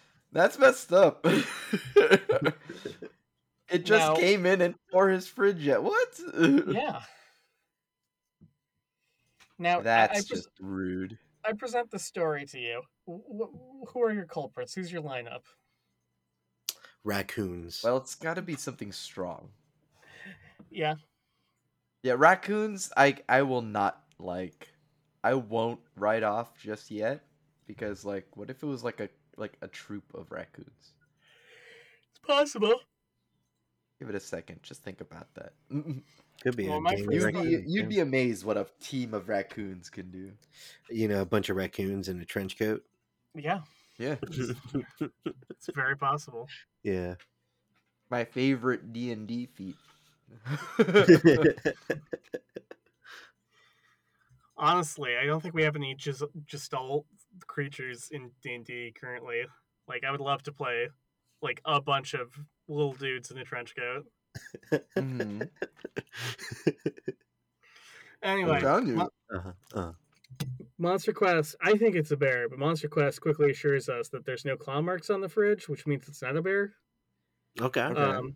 Speaker 3: That's messed up. it just
Speaker 2: Now-
Speaker 3: came in and tore his fridge yet. What?
Speaker 2: Yeah. Now
Speaker 3: That's just rude.
Speaker 2: I present the story to you. Wh- who are your culprits? Who's your lineup?
Speaker 1: raccoons.
Speaker 3: Well, it's got to be something strong.
Speaker 2: Yeah.
Speaker 3: Yeah, raccoons. I I will not like. I won't write off just yet because like, what if it was like a like a troop of raccoons?
Speaker 2: It's possible.
Speaker 3: Give it a second. Just think about that.
Speaker 1: Could be.
Speaker 2: well,
Speaker 1: a
Speaker 2: my
Speaker 1: gang of
Speaker 2: first
Speaker 3: You'd
Speaker 2: thought-
Speaker 3: be,
Speaker 1: raccoons, yeah.
Speaker 3: you'd be amazed what a team of raccoons can do.
Speaker 1: you know, a bunch of raccoons in a trench coat.
Speaker 2: Yeah,
Speaker 3: Yeah.
Speaker 2: it's very possible.
Speaker 1: yeah.
Speaker 3: my favorite D and D feat.
Speaker 2: Uh-huh, Honestly, I don't think we have any gis- gestalt creatures in D and D currently. Like, I would love to play like a bunch of little dudes in a trench coat.
Speaker 3: Mhm.
Speaker 2: Anyway,
Speaker 3: Found you.
Speaker 2: Mo-
Speaker 1: uh-huh. uh,
Speaker 2: Monster Quest. I think it's a bear, but Monster Quest quickly assures us that there's no claw marks on the fridge, which means it's not a bear.
Speaker 1: okay.
Speaker 3: Okay.
Speaker 2: Um,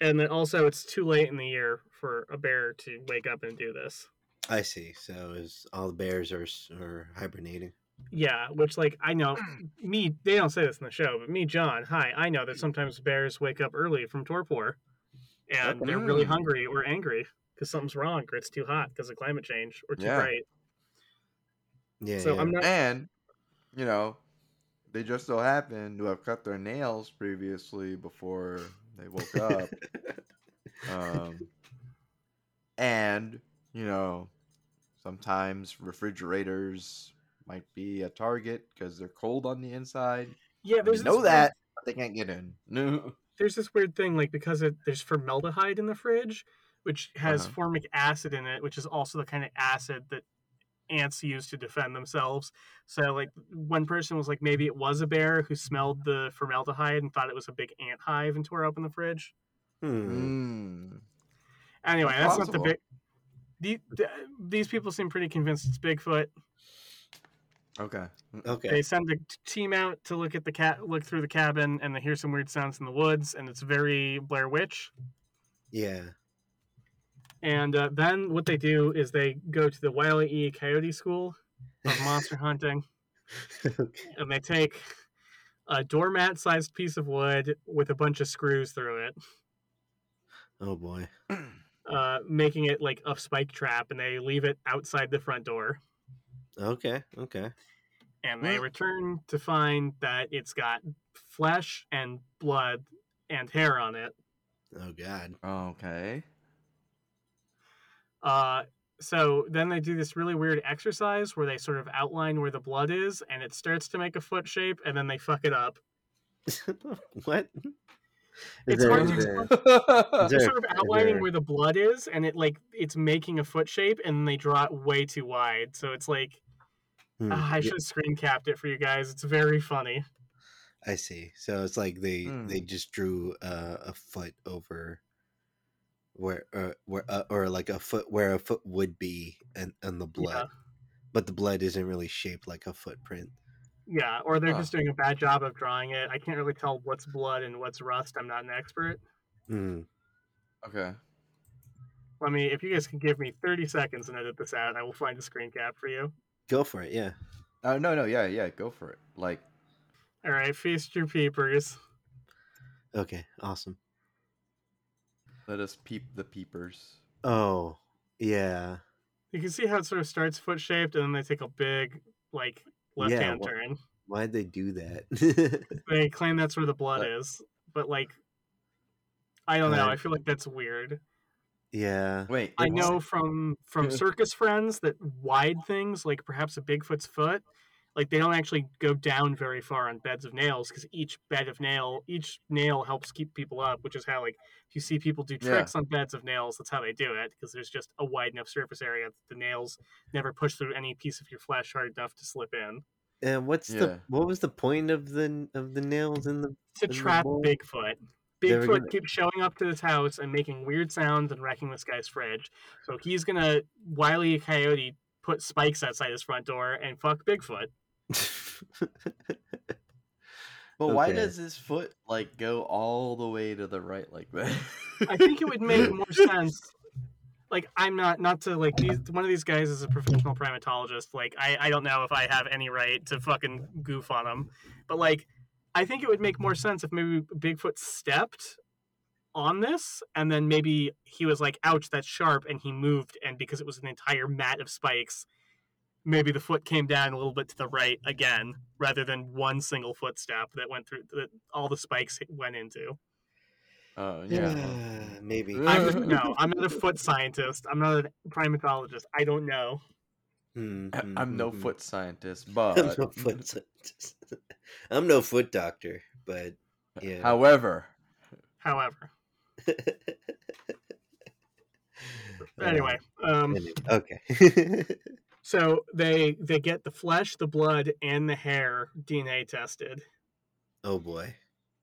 Speaker 2: and then also, it's too late in the year for a bear to wake up and do this.
Speaker 1: I see. So is all the bears are s- are hibernating.
Speaker 2: Yeah, which like I know
Speaker 3: Mm.
Speaker 2: me they don't say this in the show, but me John, hi, I know that sometimes bears wake up early from torpor and they're really
Speaker 3: Mm.
Speaker 2: hungry or angry because something's wrong or it's too hot because of climate change or too
Speaker 3: Yeah.
Speaker 2: bright.
Speaker 1: Yeah.
Speaker 2: so
Speaker 1: yeah.
Speaker 2: I'm not
Speaker 3: and you know, they just so happened to have cut their nails previously before they woke up. um, and you know, sometimes refrigerators might be a target because they're cold on the inside.
Speaker 2: Yeah,
Speaker 3: We
Speaker 2: there's this
Speaker 3: know
Speaker 2: weird-
Speaker 3: that, but they can't get in. No.
Speaker 2: there's this weird thing like because it, there's formaldehyde in the fridge, which has
Speaker 3: Uh-huh.
Speaker 2: formic acid in it, which is also the kind of acid that ants use to defend themselves. So like one person was like maybe it was a bear who smelled the formaldehyde and thought it was a big ant hive and tore open the fridge.
Speaker 1: Hmm.
Speaker 3: Mm.
Speaker 2: Anyway, that's not the
Speaker 3: Possible.
Speaker 2: big. The, the, these people seem pretty convinced it's Bigfoot.
Speaker 3: Okay.
Speaker 1: Okay.
Speaker 2: They send a t- team out to look at the cat, look through the cabin, and they hear some weird sounds in the woods, and it's very Blair Witch.
Speaker 1: Yeah.
Speaker 2: And uh, then what they do is they go to the Wile E. Coyote School of Monster Hunting,
Speaker 1: Okay.
Speaker 2: and they take a doormat-sized piece of wood with a bunch of screws through it,
Speaker 1: Oh boy.
Speaker 2: uh, making it like a spike trap, and they leave it outside the front door.
Speaker 1: Okay. Okay.
Speaker 2: and they
Speaker 3: Well-
Speaker 2: return to find that it's got flesh and blood and hair on it.
Speaker 1: Oh god.
Speaker 3: okay.
Speaker 2: Uh, so then they do this really weird exercise where they sort of outline where the blood is, and it starts to make a foot shape, and then they fuck it up.
Speaker 1: what? Is
Speaker 2: It's
Speaker 1: there-
Speaker 2: hard
Speaker 1: is
Speaker 2: to
Speaker 1: there-
Speaker 2: explain.
Speaker 1: is
Speaker 2: They're
Speaker 1: there-
Speaker 2: sort of
Speaker 1: is
Speaker 2: outlining
Speaker 1: there-
Speaker 2: where the blood is, and it like it's making a foot shape, and then they draw it way too wide. So it's like
Speaker 1: Hmm,
Speaker 2: ah, I
Speaker 1: yeah,
Speaker 2: should have screen capped it for you guys. It's very funny.
Speaker 1: I see. So it's like they
Speaker 3: Hmm.
Speaker 1: they just drew uh, a foot over where or where uh, or like a foot where a foot would be and and the blood, but the blood isn't really shaped like a footprint.
Speaker 2: Yeah, or they're
Speaker 3: Huh.
Speaker 2: just doing a bad job of drawing it. I can't really tell what's blood and what's rust. I'm not an expert.
Speaker 1: Hmm.
Speaker 3: Okay.
Speaker 2: Let me, if you guys can give me 30 seconds and edit this out, I will find a screen cap for you.
Speaker 1: Go for it. Yeah.
Speaker 3: Oh no, no, yeah, yeah, go for it. Like,
Speaker 2: All right, feast your peepers.
Speaker 1: Okay. Awesome.
Speaker 3: let us peep the peepers.
Speaker 1: Oh yeah.
Speaker 2: You can see how it sort of starts foot shaped, and then they take a big, like, left hand
Speaker 1: wha-
Speaker 2: turn.
Speaker 1: Why'd they do that?
Speaker 2: They claim that's where the blood
Speaker 3: But-
Speaker 2: is, but like, I don't know.
Speaker 1: Uh,
Speaker 2: I feel like that's weird.
Speaker 1: yeah.
Speaker 3: Wait,
Speaker 2: I
Speaker 3: it's-
Speaker 2: know from from circus friends that wide things, like perhaps a Bigfoot's foot, like they don't actually go down very far on beds of nails because each bed of nail, each nail helps keep people up, which is how like if you see people do
Speaker 3: Yeah.
Speaker 2: tricks on beds of nails, that's how they do it because there's just a wide enough surface area that the nails never push through any piece of your flesh hard enough to slip in
Speaker 1: And what's the
Speaker 3: Yeah.
Speaker 1: what was the point of the of the nails in the
Speaker 2: to
Speaker 1: And the
Speaker 2: trap
Speaker 1: mole-
Speaker 2: Bigfoot.
Speaker 1: They were
Speaker 2: Bigfoot
Speaker 1: gonna-
Speaker 2: keeps showing up to this house and making weird sounds and wrecking this guy's fridge. So he's gonna wily coyote put spikes outside his front door and fuck Bigfoot.
Speaker 3: But why
Speaker 1: Okay.
Speaker 3: does his foot like go all the way to the right like that?
Speaker 2: I think it would make more sense. Like I'm not not to like these one of these guys is a professional primatologist. Like I I don't know if I have any right to fucking goof on him, but like I think it would make more sense if maybe Bigfoot stepped on this and then maybe he was like ouch that's sharp and he moved and because it was an entire mat of spikes maybe the foot came down a little bit to the right again rather than one single footstep that went through that all the spikes went into
Speaker 3: Oh yeah.
Speaker 1: yeah, maybe.
Speaker 3: Uh,
Speaker 2: I'm just, no, I'm not a foot scientist. I'm not a primatologist. I don't know.
Speaker 1: Hmm,
Speaker 3: I-
Speaker 1: hmm,
Speaker 3: I'm no
Speaker 1: hmm, hmm.
Speaker 3: foot scientist,
Speaker 1: I'm
Speaker 3: but
Speaker 1: no foot. scientist. I'm no foot doctor, but
Speaker 3: Uh,
Speaker 1: yeah.
Speaker 3: however,
Speaker 2: However,
Speaker 1: Uh,
Speaker 2: anyway, um,
Speaker 1: anyway, okay.
Speaker 2: so they they get the flesh, the blood, and the hair DNA tested.
Speaker 1: oh boy.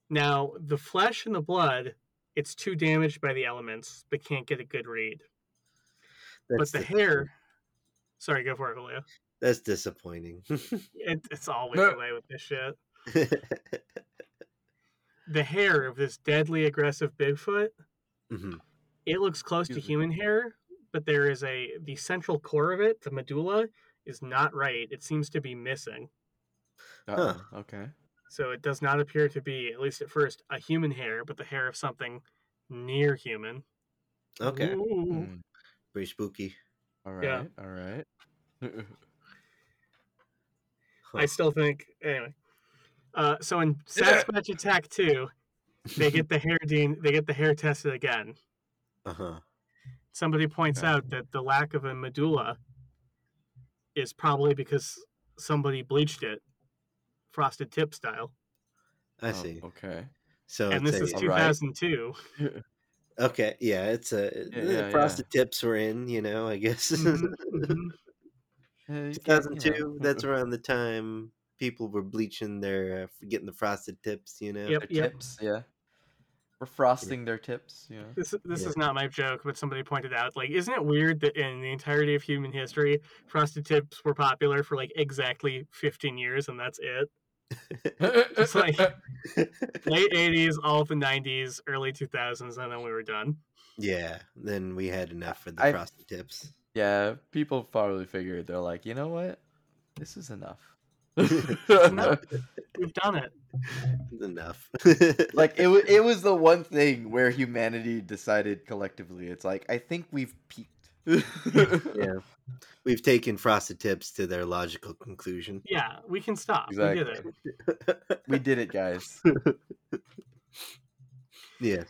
Speaker 2: Now, the flesh and the blood, it's too damaged by the elements. They can't get a good read.
Speaker 1: That's
Speaker 2: but the
Speaker 1: dis-
Speaker 2: hair, sorry, go for it, Julio.
Speaker 1: That's disappointing.
Speaker 2: It, it's always
Speaker 3: No.
Speaker 2: the way with this shit.
Speaker 1: Mm-hmm.
Speaker 2: The hair of this deadly aggressive Bigfoot
Speaker 1: Mhm.
Speaker 2: It looks close to
Speaker 3: Excuse me.
Speaker 2: human hair, but there is a the central core of it, the medulla, is not right. It seems to be missing.
Speaker 3: uh, okay.
Speaker 2: So it does not appear to be, at least at first, a human hair, but the hair of something near human.
Speaker 1: Okay.
Speaker 2: Ooh.
Speaker 3: Mm,
Speaker 1: Pretty spooky.
Speaker 3: all right.
Speaker 2: Mm-hmm. Yeah.
Speaker 3: All right. Hmm.
Speaker 2: I still think anyway. Uh, so in Sasquatch Attack 2, they get the hair dean they get the hair tested again.
Speaker 1: Uh huh.
Speaker 2: Somebody points
Speaker 3: Yeah.
Speaker 2: out that the lack of a medulla is probably because somebody bleached it, frosted tip style.
Speaker 1: I
Speaker 3: Oh,
Speaker 1: see.
Speaker 3: okay.
Speaker 1: So
Speaker 2: and
Speaker 1: it's
Speaker 2: this is
Speaker 1: a-
Speaker 3: All right.
Speaker 2: 2002.
Speaker 1: okay. Yeah, it's a the
Speaker 3: yeah, Mm-hmm, yeah.
Speaker 1: prostitutes were in. You know, I guess.
Speaker 2: Mhm, mhm.
Speaker 3: Uh, you can't, you know.
Speaker 1: 2002. That's around the time people were bleaching their uh, f- getting the frosted tips. You know.
Speaker 2: Yep.
Speaker 3: Their tips. Yeah. Or frosting their tips, you know.
Speaker 2: This this
Speaker 1: Yeah.
Speaker 2: is not my joke, but somebody pointed out like, isn't it weird that in the entirety of human history, frosted tips were popular for like exactly 15 years, and that's it. It's like- Late 80s, all of the 90s, early 2000s, and then we were done.
Speaker 1: yeah, then we had enough for the
Speaker 3: I-
Speaker 1: frosted tips.
Speaker 3: yeah, people probably figured they're like, you know what? This is enough.
Speaker 1: enough.
Speaker 2: We've done it.
Speaker 1: enough.
Speaker 3: like it, w- it was the one thing where humanity decided collectively it's like i think we've peaked
Speaker 1: yeah. We've taken frosted tips to their logical conclusion.
Speaker 2: Yeah, we can stop. We did it.
Speaker 3: Exactly. we did it guys
Speaker 1: Yes.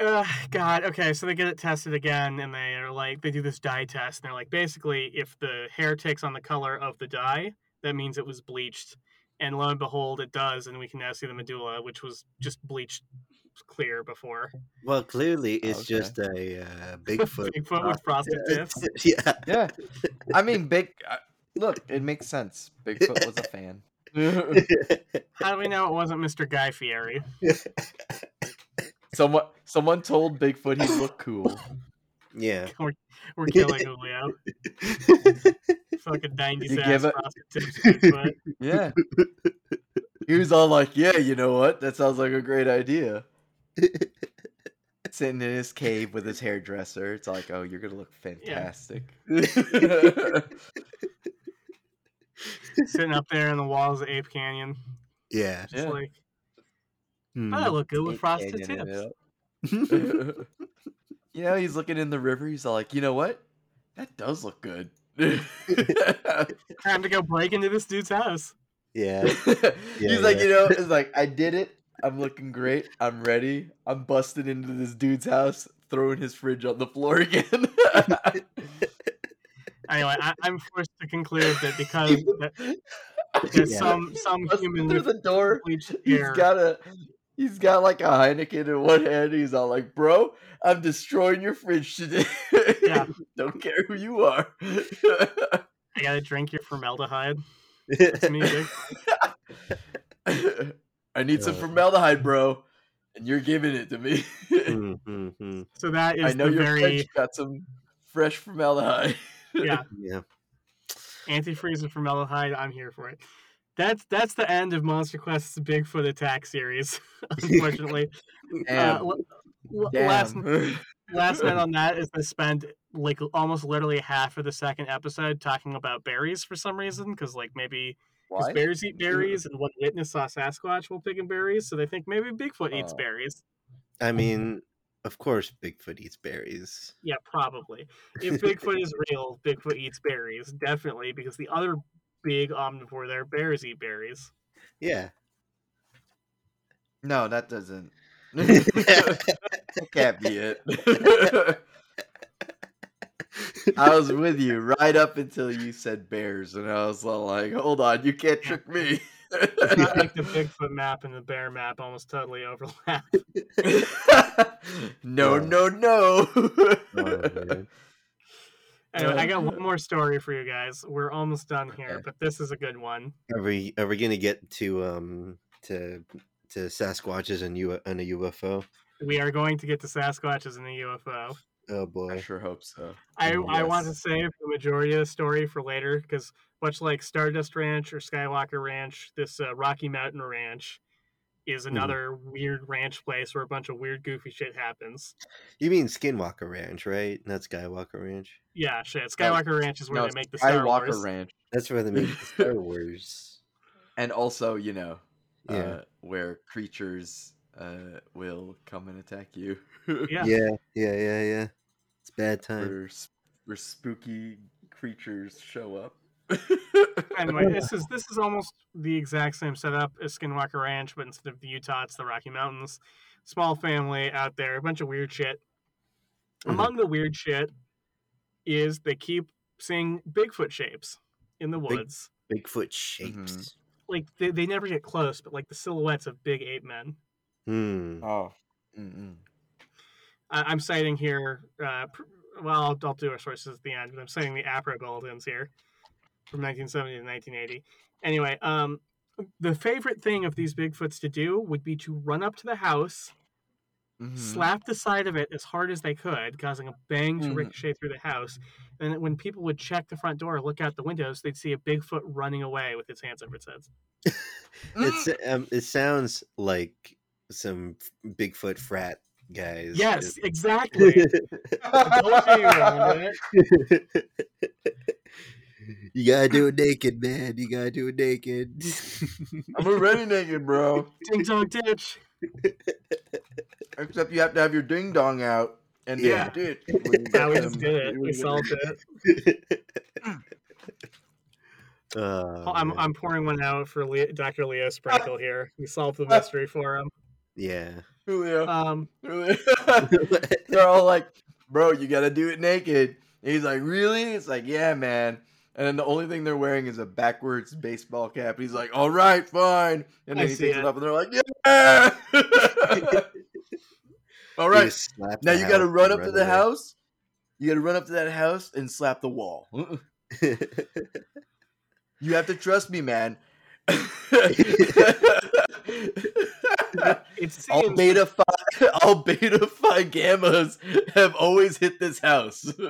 Speaker 2: Uh, God. Okay, so they get it tested again, and they are like, they do this dye test, and they're like, basically, if the hair takes on the color of the dye, that means it was bleached. And lo and behold, it does, and we can now see the medulla, which was just bleached clear before.
Speaker 1: Well, clearly it's
Speaker 3: Oh, Okay.
Speaker 1: just a uh, Bigfoot.
Speaker 2: Bigfoot with frosted tips.
Speaker 1: yeah.
Speaker 3: yeah i mean big uh, look it makes sense bigfoot was a fan
Speaker 2: How do we know it wasn't Mr. Guy Fieri?
Speaker 3: someone someone told bigfoot he'd look cool
Speaker 1: yeah.
Speaker 2: We're killing Julio. Fucking 90s
Speaker 3: You
Speaker 2: ass
Speaker 3: give it-
Speaker 2: frosted tips Bigfoot.
Speaker 3: yeah he was all like yeah you know what that sounds like a great idea sitting in his cave with his hairdresser it's like oh you're gonna look fantastic
Speaker 2: Sitting up there in the walls of Ape Canyon.
Speaker 1: Yeah.
Speaker 2: Just
Speaker 3: Yeah.
Speaker 2: like,
Speaker 1: Hmm.
Speaker 2: I look good with
Speaker 3: Eight
Speaker 2: frosted
Speaker 3: canyon in
Speaker 2: tips.
Speaker 3: it up. you know, he's looking in the river. He's all like, you know what? That does look good. he's
Speaker 2: Time to go break into this dude's house.
Speaker 1: Yeah.
Speaker 3: like,
Speaker 1: yeah.
Speaker 3: you know, it's like, I did it. I'm looking great. I'm ready. I'm busted into this dude's house, throwing his fridge on the floor again.
Speaker 2: Anyway, I, I'm forced to conclude that because that, that
Speaker 1: Yeah.
Speaker 2: some some
Speaker 3: Busted
Speaker 2: human
Speaker 3: through
Speaker 2: with
Speaker 3: the door.
Speaker 2: bleached
Speaker 3: He's
Speaker 2: hair.
Speaker 3: got a he's got like a Heineken in one hand. He's all like, "Bro, I'm destroying your fridge today.
Speaker 2: Yeah.
Speaker 3: Don't care who you are."
Speaker 2: I gotta drink your formaldehyde. It's music.
Speaker 3: I need some
Speaker 1: Uh.
Speaker 3: formaldehyde, bro, and you're giving it to me.
Speaker 1: Hmm, hmm, hmm.
Speaker 2: So that is
Speaker 3: I know
Speaker 2: the
Speaker 3: your
Speaker 2: very
Speaker 3: fridge got some fresh formaldehyde.
Speaker 2: yeah
Speaker 1: Yeah.
Speaker 2: antifreeze and formaldehyde. I'm here for it. That's that's the end of Monster Quest's Bigfoot Attack series. Unfortunately,
Speaker 3: Damn.
Speaker 2: Uh, l-
Speaker 3: Damn.
Speaker 2: last last night on that is they spend like almost literally half of the second episode talking about berries for some reason because like maybe Because
Speaker 3: Why?
Speaker 2: bears eat berries, and one witness saw Sasquatch while picking berries, so they think maybe Bigfoot eats
Speaker 3: Oh.
Speaker 2: berries.
Speaker 1: I mean, of course Bigfoot eats berries.
Speaker 2: Yeah, probably. If Bigfoot is real, Bigfoot eats berries, definitely, because the other big omnivore there, bears eat berries.
Speaker 1: Yeah.
Speaker 3: No, that doesn't. that can't be it. I was with you right up until you said bears, and I was all like, "Hold on, you can't trick me."
Speaker 2: It's not like the Bigfoot map and the bear map almost totally overlap.
Speaker 3: no,
Speaker 1: Yeah.
Speaker 3: no, no.
Speaker 1: Oh, man.
Speaker 2: Anyway, I got
Speaker 3: Yeah.
Speaker 2: one more story for you guys. We're almost done here,
Speaker 3: Okay.
Speaker 2: but this is a good one.
Speaker 1: Are we are we gonna get to um to to Sasquatches and U and a UFO?
Speaker 2: We are going to get to Sasquatches and the UFO.
Speaker 1: Oh
Speaker 3: I
Speaker 1: boy.
Speaker 3: sure hope so.
Speaker 2: I,
Speaker 1: Mm,
Speaker 2: I want to
Speaker 3: yes.
Speaker 2: save the majority of the story for later because much like Stardust Ranch or Skywalker Ranch, this uh, Rocky Mountain Ranch is
Speaker 3: Mm-hmm.
Speaker 2: another weird ranch place where a bunch of weird goofy shit happens.
Speaker 1: You mean Skinwalker Ranch, right? Not Skywalker Ranch.
Speaker 2: Yeah, shit. Skywalker Ranch is where
Speaker 3: No,
Speaker 2: they make the Star
Speaker 3: Skywalker
Speaker 2: Wars.
Speaker 3: Ranch,
Speaker 1: That's where they make the Star Wars.
Speaker 3: and also, you know,
Speaker 1: Yeah.
Speaker 3: uh, where creatures uh, will come and attack you.
Speaker 2: Yeah.
Speaker 1: yeah, yeah, yeah, yeah. It's bad time.
Speaker 3: where, s- where spooky creatures show up.
Speaker 2: Anyway, this is this is almost the exact same setup as Skinwalker Ranch, but instead of the Utah, it's the Rocky Mountains. Small family out there, a bunch of weird shit.
Speaker 1: Mhm.
Speaker 2: Among the weird shit is they keep seeing Bigfoot shapes in the
Speaker 1: Big-
Speaker 2: woods.
Speaker 1: Bigfoot shapes.
Speaker 2: like they, they never get close, but like the silhouettes of big ape men.
Speaker 1: Hmm.
Speaker 3: oh. Mm-mm.
Speaker 2: I, I'm citing here. Uh, pr- well, I'll, I'll do our sources at the end, but I'm citing the APRA bulletins here from 1970 to 1980. Anyway, um, the favorite thing of these Bigfoots to do would be to run up to the house,
Speaker 3: Mhm.
Speaker 2: slapped the side of it as hard as they could, causing a bang to
Speaker 3: Mhm.
Speaker 2: ricochet through the house. And when people would check the front door, look out the windows, they'd see a Bigfoot running away with its hands over its head. mm.
Speaker 1: It's um, it sounds like some Bigfoot frat guys.
Speaker 2: Yes, exactly. I told you you wanted it.
Speaker 1: you gotta do it naked, man. You gotta do it naked.
Speaker 3: I'm already naked, bro.
Speaker 2: Ding dong ditch.
Speaker 3: Except you have to have your ding dong out and
Speaker 2: Yeah.
Speaker 3: ditch.
Speaker 2: Yeah, we just did it. We solved it.
Speaker 3: Mm.
Speaker 1: Oh,
Speaker 2: I'm,
Speaker 1: man.
Speaker 2: I'm pouring one out for Le- Dr. Leo Sprinkle here. We solved the mystery for him.
Speaker 1: yeah.
Speaker 3: Julio.
Speaker 2: Um,
Speaker 3: Julio. They're all like, bro, you gotta do it naked. And he's like, really? It's like, yeah, man. And then the only thing they're wearing is a backwards baseball cap. He's like, all right, fine. And
Speaker 2: I
Speaker 3: then he
Speaker 2: see
Speaker 3: takes it.
Speaker 2: it.
Speaker 3: up and they're like, yeah. all
Speaker 1: You
Speaker 3: right.
Speaker 1: just slap
Speaker 3: Now
Speaker 1: the
Speaker 3: you gotta
Speaker 1: house
Speaker 3: run
Speaker 1: and
Speaker 3: up to the
Speaker 1: away.
Speaker 3: house. You gotta run up to that house and slap the wall. You have to trust me, man.
Speaker 2: it
Speaker 3: all
Speaker 2: seems
Speaker 3: beta phi, all beta phi gammas have always hit this house.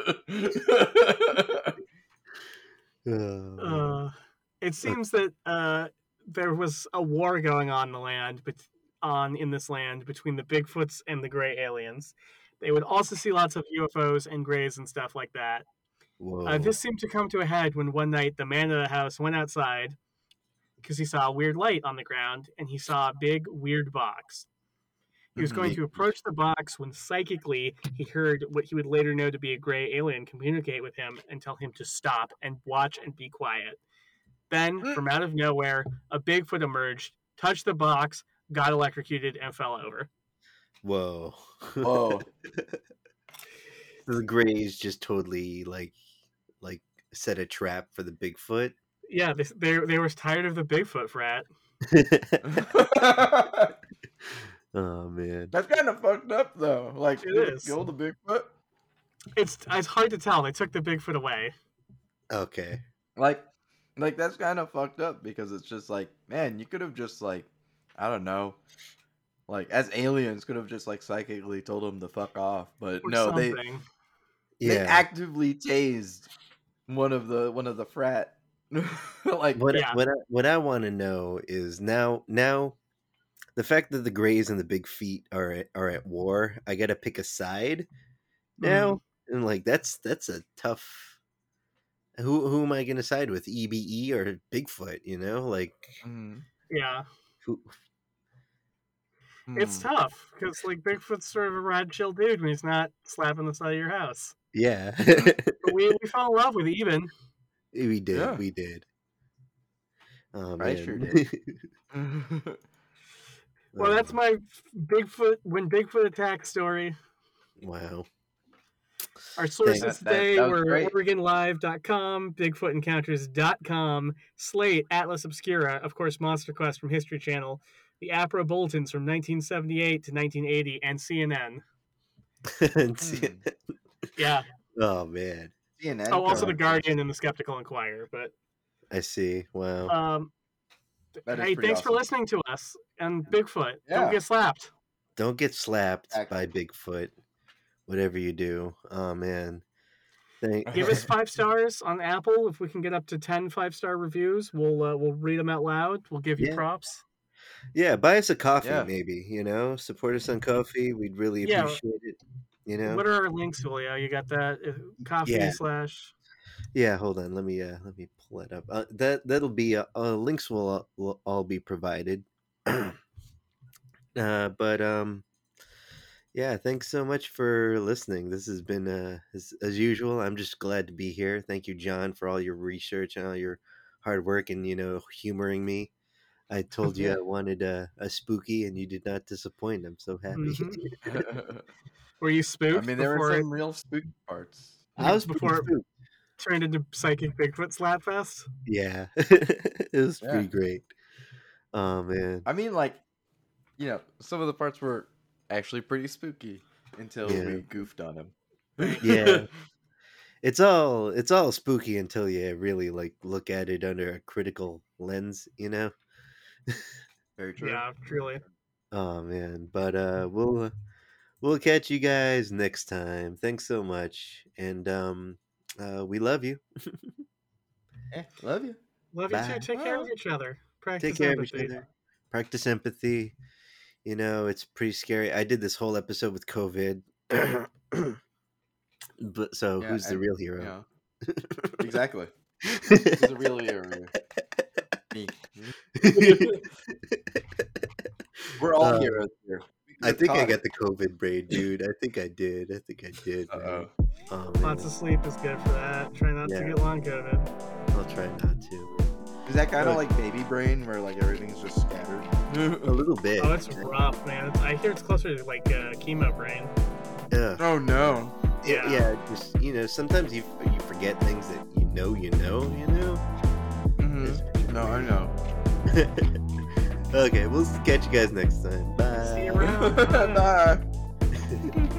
Speaker 1: Oh, man.
Speaker 2: uh, it seems that uh, there was a war going on in the land, but on in this land between the Bigfoots and the gray aliens. They would also see lots of UFOs and grays and stuff like that.
Speaker 1: Whoa.
Speaker 2: Uh, this seemed to come to a head when one night the man of the house went outside because he saw a weird light on the ground and he saw a big weird box. He was
Speaker 3: Mhm.
Speaker 2: going to approach the box when psychically he heard what he would later know to be a gray alien communicate with him and tell him to stop and watch and be quiet. Then,
Speaker 3: Mm.
Speaker 2: from out of nowhere, a Bigfoot emerged, touched the box, got electrocuted, and fell over.
Speaker 1: Whoa.
Speaker 3: oh,
Speaker 1: the Greys just totally like like set a trap for the Bigfoot.
Speaker 2: Yeah, they, they, they was tired of the Bigfoot frat.
Speaker 1: oh man.
Speaker 3: that's kind of fucked up, though. Like,
Speaker 2: It
Speaker 3: you would
Speaker 2: is.
Speaker 3: kill the Bigfoot.
Speaker 2: It's, it's hard to tell. They took the Bigfoot away.
Speaker 1: Okay.
Speaker 3: like like that's kind of fucked up because it's just like man you could have just like i don't know like as aliens could have just like psychically told him to fuck off but
Speaker 2: or
Speaker 3: no they
Speaker 2: something.
Speaker 1: Yeah.
Speaker 3: they actively tased one of the one of the frat like
Speaker 1: what
Speaker 2: Yeah.
Speaker 1: what I, what I want to know is now now the fact that the Greys and the Big Feet are at, are at war. I got to pick a side
Speaker 3: Mm-hmm.
Speaker 1: now,
Speaker 2: Mm,
Speaker 1: and like that's that's a tough. Who who am I going to side with? EBE or Bigfoot? You know, like
Speaker 3: mm,
Speaker 2: Yeah,
Speaker 1: who?
Speaker 2: it's
Speaker 3: mm.
Speaker 2: tough because like Bigfoot's sort of a rad chill dude when he's not slapping the side of your house.
Speaker 1: Yeah,
Speaker 2: But we, we fell in love with even.
Speaker 1: we did,
Speaker 3: Mm-hmm. Yeah.
Speaker 1: we did. Oh,
Speaker 3: I
Speaker 1: man.
Speaker 3: sure did. mm-hmm.
Speaker 2: Well, that's
Speaker 3: Um,
Speaker 1: Oh,
Speaker 2: my Bigfoot when Bigfoot attack story.
Speaker 1: wow.
Speaker 2: Our sources
Speaker 3: That- that-
Speaker 2: today
Speaker 3: that was
Speaker 2: were
Speaker 3: great.
Speaker 2: OregonLive.com, BigfootEncounters.com, Slate, Atlas Obscura, of course, Monster Quest from History Channel, the APRA bulletins from 1978 to 1980, and CNN.
Speaker 3: Hmm.
Speaker 1: Mm.
Speaker 2: Yeah.
Speaker 1: oh man,
Speaker 3: CNN
Speaker 2: Oh, also the
Speaker 3: coverage.
Speaker 2: Guardian and the Skeptical Inquirer, but
Speaker 1: I see. Wow.
Speaker 2: Um,
Speaker 3: Oh, That is
Speaker 2: hey,
Speaker 3: pretty
Speaker 2: thanks for
Speaker 3: awesome.
Speaker 2: listening to us. And Bigfoot,
Speaker 3: Yeah.
Speaker 2: don't get slapped.
Speaker 1: Don't get slapped
Speaker 3: Exactly.
Speaker 1: by Bigfoot, whatever you do. Oh man. Thank-
Speaker 2: Give us five stars on Apple. If we can get up to 10 five star reviews, we'll uh, we'll read them out loud. We'll give you
Speaker 1: Yeah.
Speaker 2: props.
Speaker 1: yeah, buy us a coffee,
Speaker 3: Yeah.
Speaker 1: maybe. You know, support us on coffee. We'd really
Speaker 2: Yeah.
Speaker 1: appreciate it. You know.
Speaker 2: What are our links, Julio? You got that uh, coffee
Speaker 1: Yeah.
Speaker 2: slash.
Speaker 1: Yeah, hold on. Let me uh let me pull it up. Uh, that that'll be uh, uh links will, all- will all be provided. uh but um yeah, thanks so much for listening. This has been uh as, as usual, I'm just glad to be here. Thank you John for all your research and all your hard work and you know humoring me. I told you
Speaker 3: Yeah.
Speaker 1: I wanted uh, a spooky and you did not disappoint. I'm so happy.
Speaker 2: Mhm. Were you
Speaker 3: i
Speaker 2: spooked
Speaker 3: mean there
Speaker 2: before
Speaker 3: were
Speaker 2: it
Speaker 3: some real spooky parts
Speaker 1: I was pretty
Speaker 2: Before-
Speaker 1: spooked.
Speaker 2: turned into Psychic Bigfoot Slapfest?
Speaker 1: Yeah. it was
Speaker 3: Yeah.
Speaker 1: pretty great. Oh man.
Speaker 3: I mean, like, you know, some of the parts were actually pretty spooky until
Speaker 1: Yeah.
Speaker 3: we goofed on them.
Speaker 1: Yeah. it's all it's all spooky until you really like look at it under a critical lens you know
Speaker 3: Very true.
Speaker 2: Yeah, truly.
Speaker 1: oh man but uh we'll uh, We'll catch you guys next time. Thanks so much. And um, uh, we love you.
Speaker 3: Eh, love you.
Speaker 2: Love you
Speaker 1: Bye.
Speaker 2: too. Take care of each other. Practice
Speaker 1: Take care of
Speaker 2: empathy.
Speaker 1: each other. Practice empathy. You know, it's pretty scary. I did this whole episode with COVID. but so
Speaker 3: Yeah,
Speaker 1: who's the
Speaker 3: and-
Speaker 1: real
Speaker 3: Yeah,
Speaker 1: hero?
Speaker 3: exactly. This is a real year. Me. We're all
Speaker 1: Uh,
Speaker 3: heroes here.
Speaker 1: I think I got the COVID brain, dude. I think I did. I think I did.
Speaker 3: Uh
Speaker 1: man.
Speaker 3: oh.
Speaker 1: Oh, man.
Speaker 2: Lots of sleep is good for that. Try not
Speaker 1: Yeah.
Speaker 2: to get long COVID.
Speaker 1: I'll try not to.
Speaker 3: Is that kind
Speaker 1: Good.
Speaker 3: of like baby brain where like everything's just scattered?
Speaker 1: A little bit.
Speaker 2: Oh, it's rough, man. It's, I hear it's closer to like uh, chemo brain.
Speaker 1: yeah.
Speaker 3: Oh no.
Speaker 1: yeah,
Speaker 2: Yeah.
Speaker 1: yeah, just you know, sometimes you you forget things that you know you know, you know.
Speaker 3: Mhm. No, I know.
Speaker 1: okay, we'll catch you guys next time. Bye.
Speaker 2: See you around.
Speaker 3: Bye.